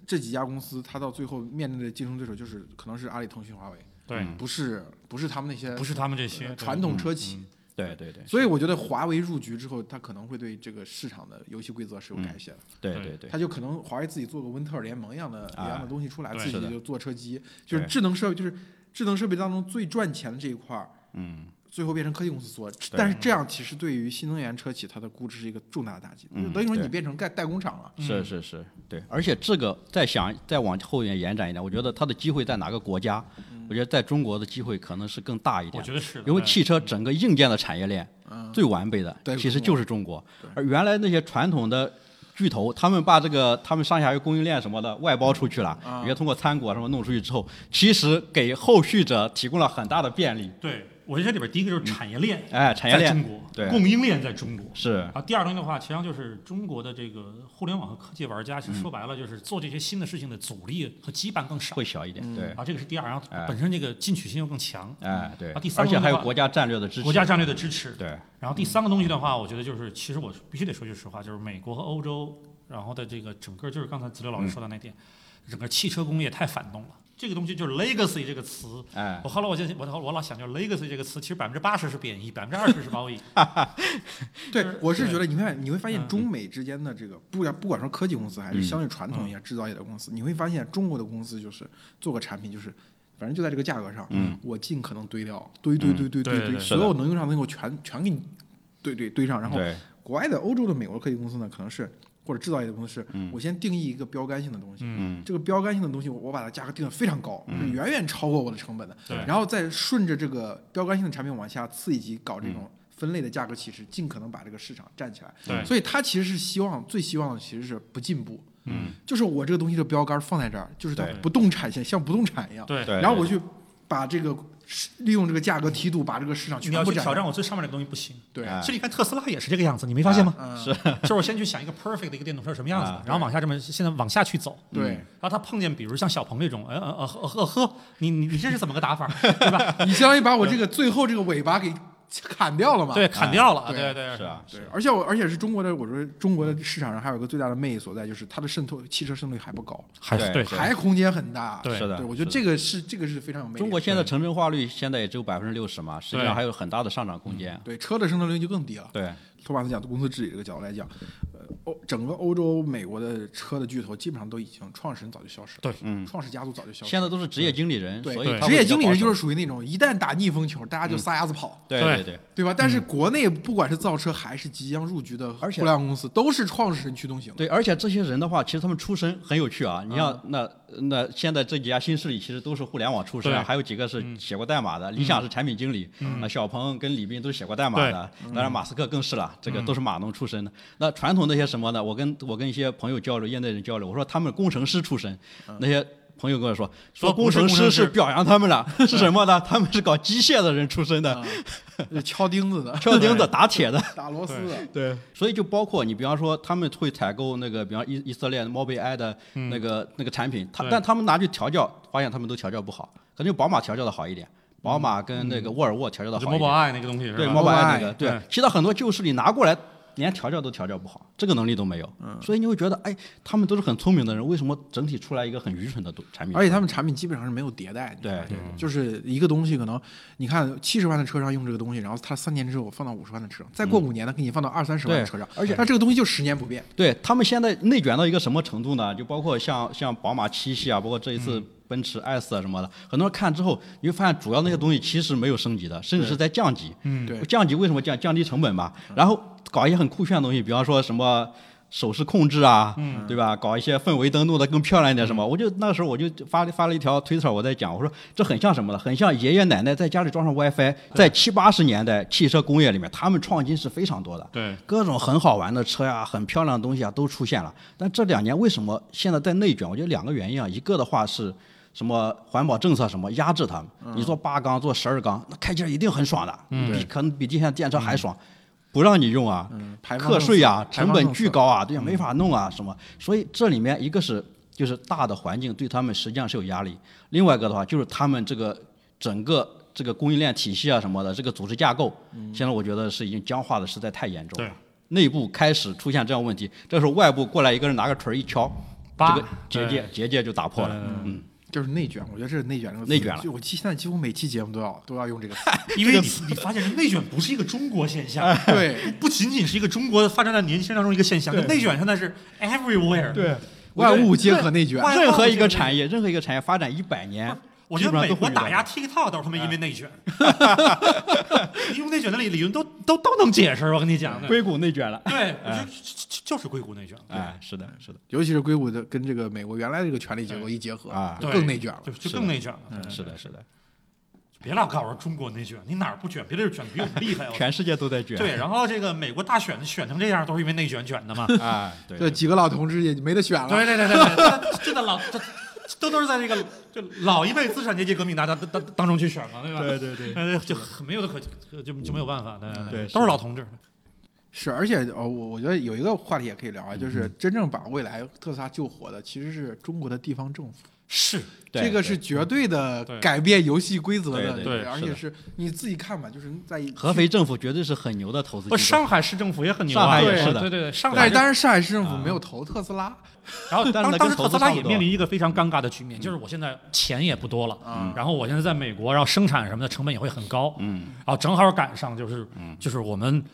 这几家公司，它到最后面对的竞争对手就是可能是阿里、腾讯、华为，对，嗯不是不是他们那些嗯不是他们这些呃传统车企。对对对所以我觉得华为入局之后，它可能会对这个市场的游戏规则是有改写的。对对对对他就可能华为自己做个温特尔联盟一样的一啊样的东西出来，对自是己的就做车机，就是对智能设备，就是智能设备当中最赚钱的这一块儿，嗯，最后变成科技公司做。但是这样其实对于新能源车企它的估值是一个重大的打击，就等于说你嗯对变成代代工厂了。是是是，对，而且这个再想再往后面延展一点，我觉得它的机会在哪个国家？我觉得在中国的机会可能是更大一点。我觉得是的因为对汽车整个硬件的产业链啊最完备的嗯对其实就是中国，而原来那些传统的。巨头他们把这个他们上下游供应链什么的外包出去了，也通过参股啊什么弄出去之后，其实给后续者提供了很大的便利。对，我觉得这里边第一个就是产业链，哎，产业在中链国，对嗯供应链在中国。是啊，第二东西的话，实际上就是中国的这个互联网和科技玩家，嗯其实说白了就是做这些新的事情的阻力和羁绊更少会小一嗯点，对，啊，这个是第二，然后哎本身这个进取心又更强，哎对啊，第，三而个且还有的话国家战略的支持，国家战略的支持，对，然后第三个东西的话，我觉得就是，其实我必须得说句实话，就是美国和欧洲，然后的这个整个就是刚才子刘老师嗯说的那点，整个汽车工业太反动了。这个东西就是 legacy 这个词，哎我后来我就我我老想，就是 legacy 这个词，其实百分之八十是贬义，百分之二十是褒 义。 对就是，我是觉得你会你会发现嗯中美之间的这个，不管不管说科技公司还是相对传统一些嗯制造业的公司，你会发现中国的公司就是做个产品就是。反正就在这个价格上，嗯，我尽可能堆掉，堆堆堆堆堆嗯对对堆，对所有能用上的能够全全给你堆堆堆上，然后对国外的欧洲的美国科技公司呢，可能是或者制造业的公司是，嗯我先定义一个标杆性的东西，这个标杆性的东西我我把它价格定的非常高，是远远超过我的成本的，嗯对然后再顺着这个标杆性的产品往下刺一级搞这种。分类的价格歧视，尽可能把这个市场站起来。嗯对所以它其实是希望，最希望的其实是不进步。嗯，就是我这个东西的标杆放在这儿，就是它对不动产像像不动产一样。对对然后我去把这个市利用这个价格梯度，把这个市场全你要部去占挑领。战我最上面这个东西不行。对哎其实你看特斯拉也是这个样子，你没发现吗？嗯是 就是我先去想一个 perfect 的一个电动车什么样子的啊，然后往下这么现在往下去走。对，然后他碰见比如像小鹏这种，哎呃呃呵呵呵，你你你这是怎么个打 法，对哎吧？你相当于把我这个最后这个尾巴给砍掉了嘛？对，砍掉了，哎对对是啊，对，而且我而且是中国的，我说中国的市场上还有一个最大的魅力所在，就是它的渗透汽车渗透率还不高，还对对是还空间很大。对是的对我觉得是这个是这个是非常有魅力的。中国现在城镇化率现在也只有百分之六十嘛，实际对上还有嗯很大的上涨空间。对车的渗透率就更低了。对托马斯讲，从公司治理这个角度来讲，呃，欧整个欧洲、美国的车的巨头基本上都已经创始人早就消失了，对嗯，创始家族早就消失现了。在都是职业经理人，所以对他职会业比较嗯经理人保守就是属于那种一旦打逆风球，大家就撒丫子跑，对对对对，对吧？但是国内不管是造车还是即将入局的互嗯而且联网公司，都是创始人驱动型的。对，而且这些人的话，其实他们出身很有趣啊。你像、嗯那那现在这几家新势力，其实都是互联网出身、啊，对嗯还有几个是写过代码的。理想是产品经理，那小鹏跟李斌都是写过代码的。当嗯然，马斯克更是了，这个都是码农出身的。那传统那些什么的，我跟我跟一些朋友交流，业内人交流，我说他们工程师出身，那些。朋友跟我说，说嗯说不工是程工程师是师表扬他们 了，是什么呢？他们是搞机械的人出身嗯的，对，敲钉 子的、敲钉子、打铁的，打螺丝的，对，所以就包括你，比方说他们会采购那个，比方以以色列 Mobi i 的那个、那个产品，他对但他们拿去调教，发现他们都调教不好，可能就宝马调教的好一点，宝马跟那个沃尔沃调教的就好一 Mobile 点， Eye 那个东西是对吧？ Mobile Mobi i Eye，那个，对对，其他很多旧势力拿过来。连调教都调教不好，这个能力都没有，所以你会觉得，哎，他们都是很聪明的人，为什么整体出来一个很愚蠢的东产品？而且他们产品基本上是没有迭代。你对嗯发现吗就是一个东西可能你看七十万的车上用这个东西，然后它三年之后放到五十万的车上，再过五年呢，给你放到二三十万的嗯对车上，而且它这个东西就十年不变。对他们现在内卷到一个什么程度呢？就包括像像宝马七系啊，包括这一次奔驰 S 啊什么的，很多人看之后，你会发现主要那些东西其实没有升级的，甚至是在降级。嗯对降级为什么降？降低成本嘛。然后搞一些很酷炫的东西，比方说什么。手势控制啊，对吧？搞一些氛围灯弄得更漂亮一点什么？我就那时候我就发发了一条推特，我在讲，我说这很像什么呢？很像爷爷奶奶在家里装上 WiFi，在七八十年代汽车工业里面，他们创新是非常多的。对，各种很好玩的车呀、很漂亮的东西啊都出现了。但这两年为什么现在在内卷？我觉得两个原因啊，一个的话是什么环保政策什么压制他们，你做八缸做十二缸，那开起来一定很爽的，比可能比地下电车还爽。不让你用啊，嗯排放课税啊，政策成排放本政巨策高嗯啊，对呀、没法弄啊，什么？所以这里面一个是就是大的环境对他们实际上是有压力，另外一个的话就是他们这个整个这个供应链体系啊什么的，这个组织架构，现在我觉得是已经僵化的实在太严重了嗯对。内部开始出现这样问题，这时候外部过来一个人拿个锤一敲，叭这个结界结界就打破了。嗯，就是内卷，我觉得这是内卷这个词内卷了就我记现在几乎每期节目都要都要用这 个词。因为你 你发现内卷不是一个中国现象，对，不仅仅是一个中国发展在年轻人当中一个现象，对内卷现在是 everywhere。对，万物皆可内卷。万任何一个产业，任何一个产业发展一百年，我觉基得本上美都会国遇到哎打压 TikTok 都是他们因为内卷， 你用内卷的理理论都都都能解释，我跟你讲。对，硅谷内卷了。我觉得就就是硅谷内卷，哎，是的，是的。尤其是硅谷的跟这个美国原来这个权力结构一结合啊就对更内卷了就。就更内卷了。是的，是的，别老告诉我中国内卷，你哪儿不卷？别的人卷得比我们厉害。我全世界都在卷。嗯对，然后这个美国大选选成这样，都是因为内卷卷的嘛。 啊，对这几个老同志也没得选了。对对对对对，真的老这这都是在这个就老一辈资产阶级革命当当当当中去选嘛，对吧？对对对呃，就很没有的可可就就没有办法，对对都是是老同志，是，而且呃，我我觉得有一个话题也可以聊啊，嗯就是真正把未来特斯拉救活的，其实是中国的地方政府。是对嗯这个是绝对的改变游戏规则的，对对对对而是且的是你自己看吧，就是在合肥政府绝对是很牛的投资机不构。上海市政府也很牛啊，上海也对是的啊对对对，上但海是当然，上海市政府没有投特斯拉，然 后但当是呢当时跟投特资斯拉差不也多嗯面临一个非常尴尬的局面，就是我现在钱也不多了，然后我现在在美国，然后生产什么的成本也会很高，嗯，然后正好赶上就是嗯就是我们。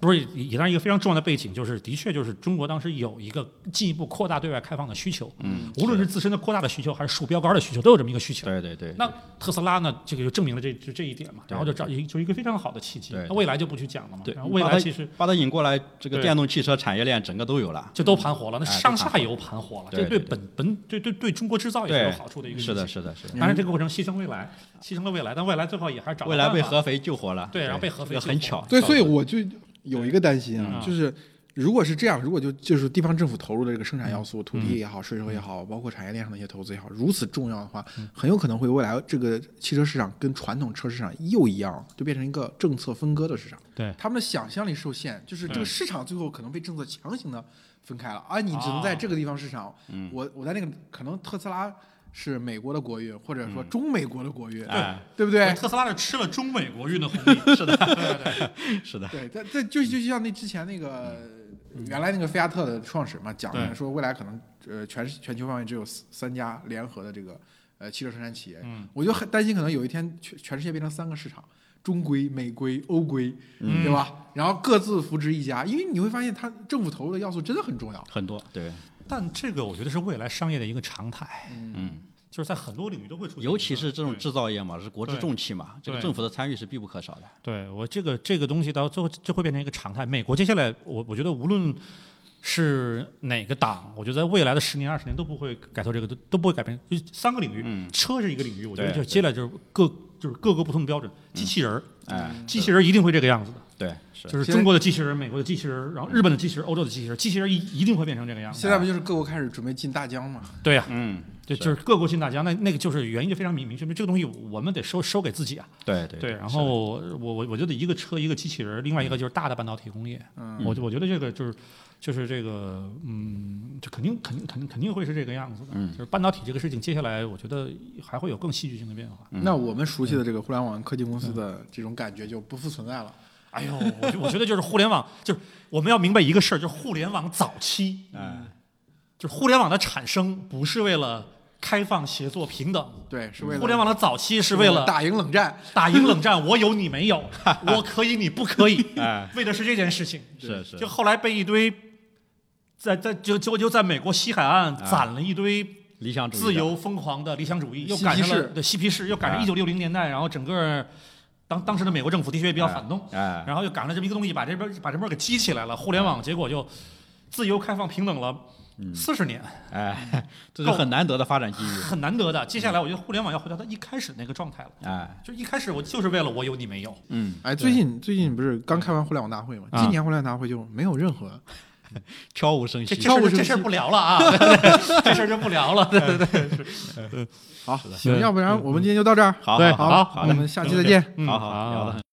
不是，也当然一个非常重要的背景，就是的确就是中国当时有一个进一步扩大对外开放的需求，嗯，无论是自身的扩大的需求，还是竖标杆的需求，都有这么一个需求。对对对，那特斯拉呢，这个就证明了这就这一点嘛，然后就找一就一个非常好的契机对。那未来就不去讲了嘛，对然后未来其实把它引过来，这个对电动汽车产业链整个都有了。就都盘活了，那哎上下游盘活了，对这对对本本对对对中国制造也是有对好处的一，个事是情。的，是的，是的。嗯当然这个过程牺牲未来，牺牲了未来，但未来最后也还是找到未来被办法合肥救活了。对然后被合肥这个救很活巧。对，所以我就有一个担心啊嗯，就是如果是这样，如果就就是地方政府投入的这个生产要素，土地也好，税收也嗯好，包括产业链上的一些投资也好，如此重要的话，很有可能会未来这个汽车市场跟传统车市场又一样，就变成一个政策分割的市场。对他们的想象力受限，就是这个对市场最后可能被政策强行的分开了，而你只能在啊这个地方市场，我我在那个可能特斯拉是美国的国运，或者说嗯中美国的国运，哎对不对？特斯拉是吃了中美国运的红 利，是的，对 是的，对，但但就就像那之前那个原来那个菲亚特的创始嘛，讲的嗯对说未来可能呃全世全球范围只有三三家嗯联合的这个呃汽车生产企业，我就很担心可能有一天全全世界变成三个市场，中规、美规、欧规，嗯对吧？然后各自扶植一家，因为你会发现，它政府投入的要素真的很重要。很多对，但这个我觉得是未来商业的一个常态，嗯，就是在很多领域都会出现。尤其是这种对制造业嘛，是国之对重器嘛，这个对政府的参与是必不可少的。对我这个这个东西到最后就会变成一个常态。美国接下来，我我觉得无论是哪个党，我觉得在未来的十年、二十年都不会改头这个，都都不会改变。就三个领域，车是一个领域，我觉得嗯对就是接下来就是各就是各个不同的标准。机器人儿，哎，机器人儿一定会这个样子的，对，是就是中国的机器人儿、美国的机器人儿，然后日本的机器人儿、欧洲的机器人儿，机器人儿一一定会变成这个样子。现在不就是各国开始准备进大疆嘛？对呀、嗯，对，就是各国进大疆，那那个就是原因就非常明明确，这个东西我们得收收给自己啊。对对对，然后我我我觉得一个车一个机器人，另外一个就是大的半导体工业，嗯我我觉得这个就是就是这个嗯，就肯定肯定肯定肯定会是这个样子的，嗯就是半导体这个事情，接下来我觉得还会有更戏剧性的变化。那我们熟悉的嗯这个互联网科技公司的这种感觉就不复存在了。哎呦，我觉我觉得就是互联网，就是我们要明白一个事儿，就是互联网早期，嗯，就是互联网的产生不是为了开放、协作、平等，对，是为了互联网的早期是是为了打赢冷战。打赢冷战，我有你没有，我可以你不可 以， 哎为的是这件事情。是是就后来被一堆在在就就就在美国西海岸攒了一堆理想主义者啊自由疯狂的理想主义，又嬉皮赶上士了对嬉皮士，又赶上一九六零年代，然后整个当当时的美国政府的确也比较反动，啊哎，然后又赶上这么一个东西，把这边把这边给激起来了，互联网结果就自由开放平等了嗯四十年，哎， 这是很难得的发展机遇。很难得的。接下来嗯我觉得互联网要回到它一开始那个状态了。哎，就一开始我就是为了我有你没有，嗯，哎，最近最近不是刚开完互联网大会嘛？啊今年互联网大会就没有任何悄无声这息这。事儿这事儿不聊 了啊，这事儿就不聊了。对嗯对对，好，行，要不然我们今天就到这儿。好对嗯好好好，我们下期再见。嗯好好，聊得很。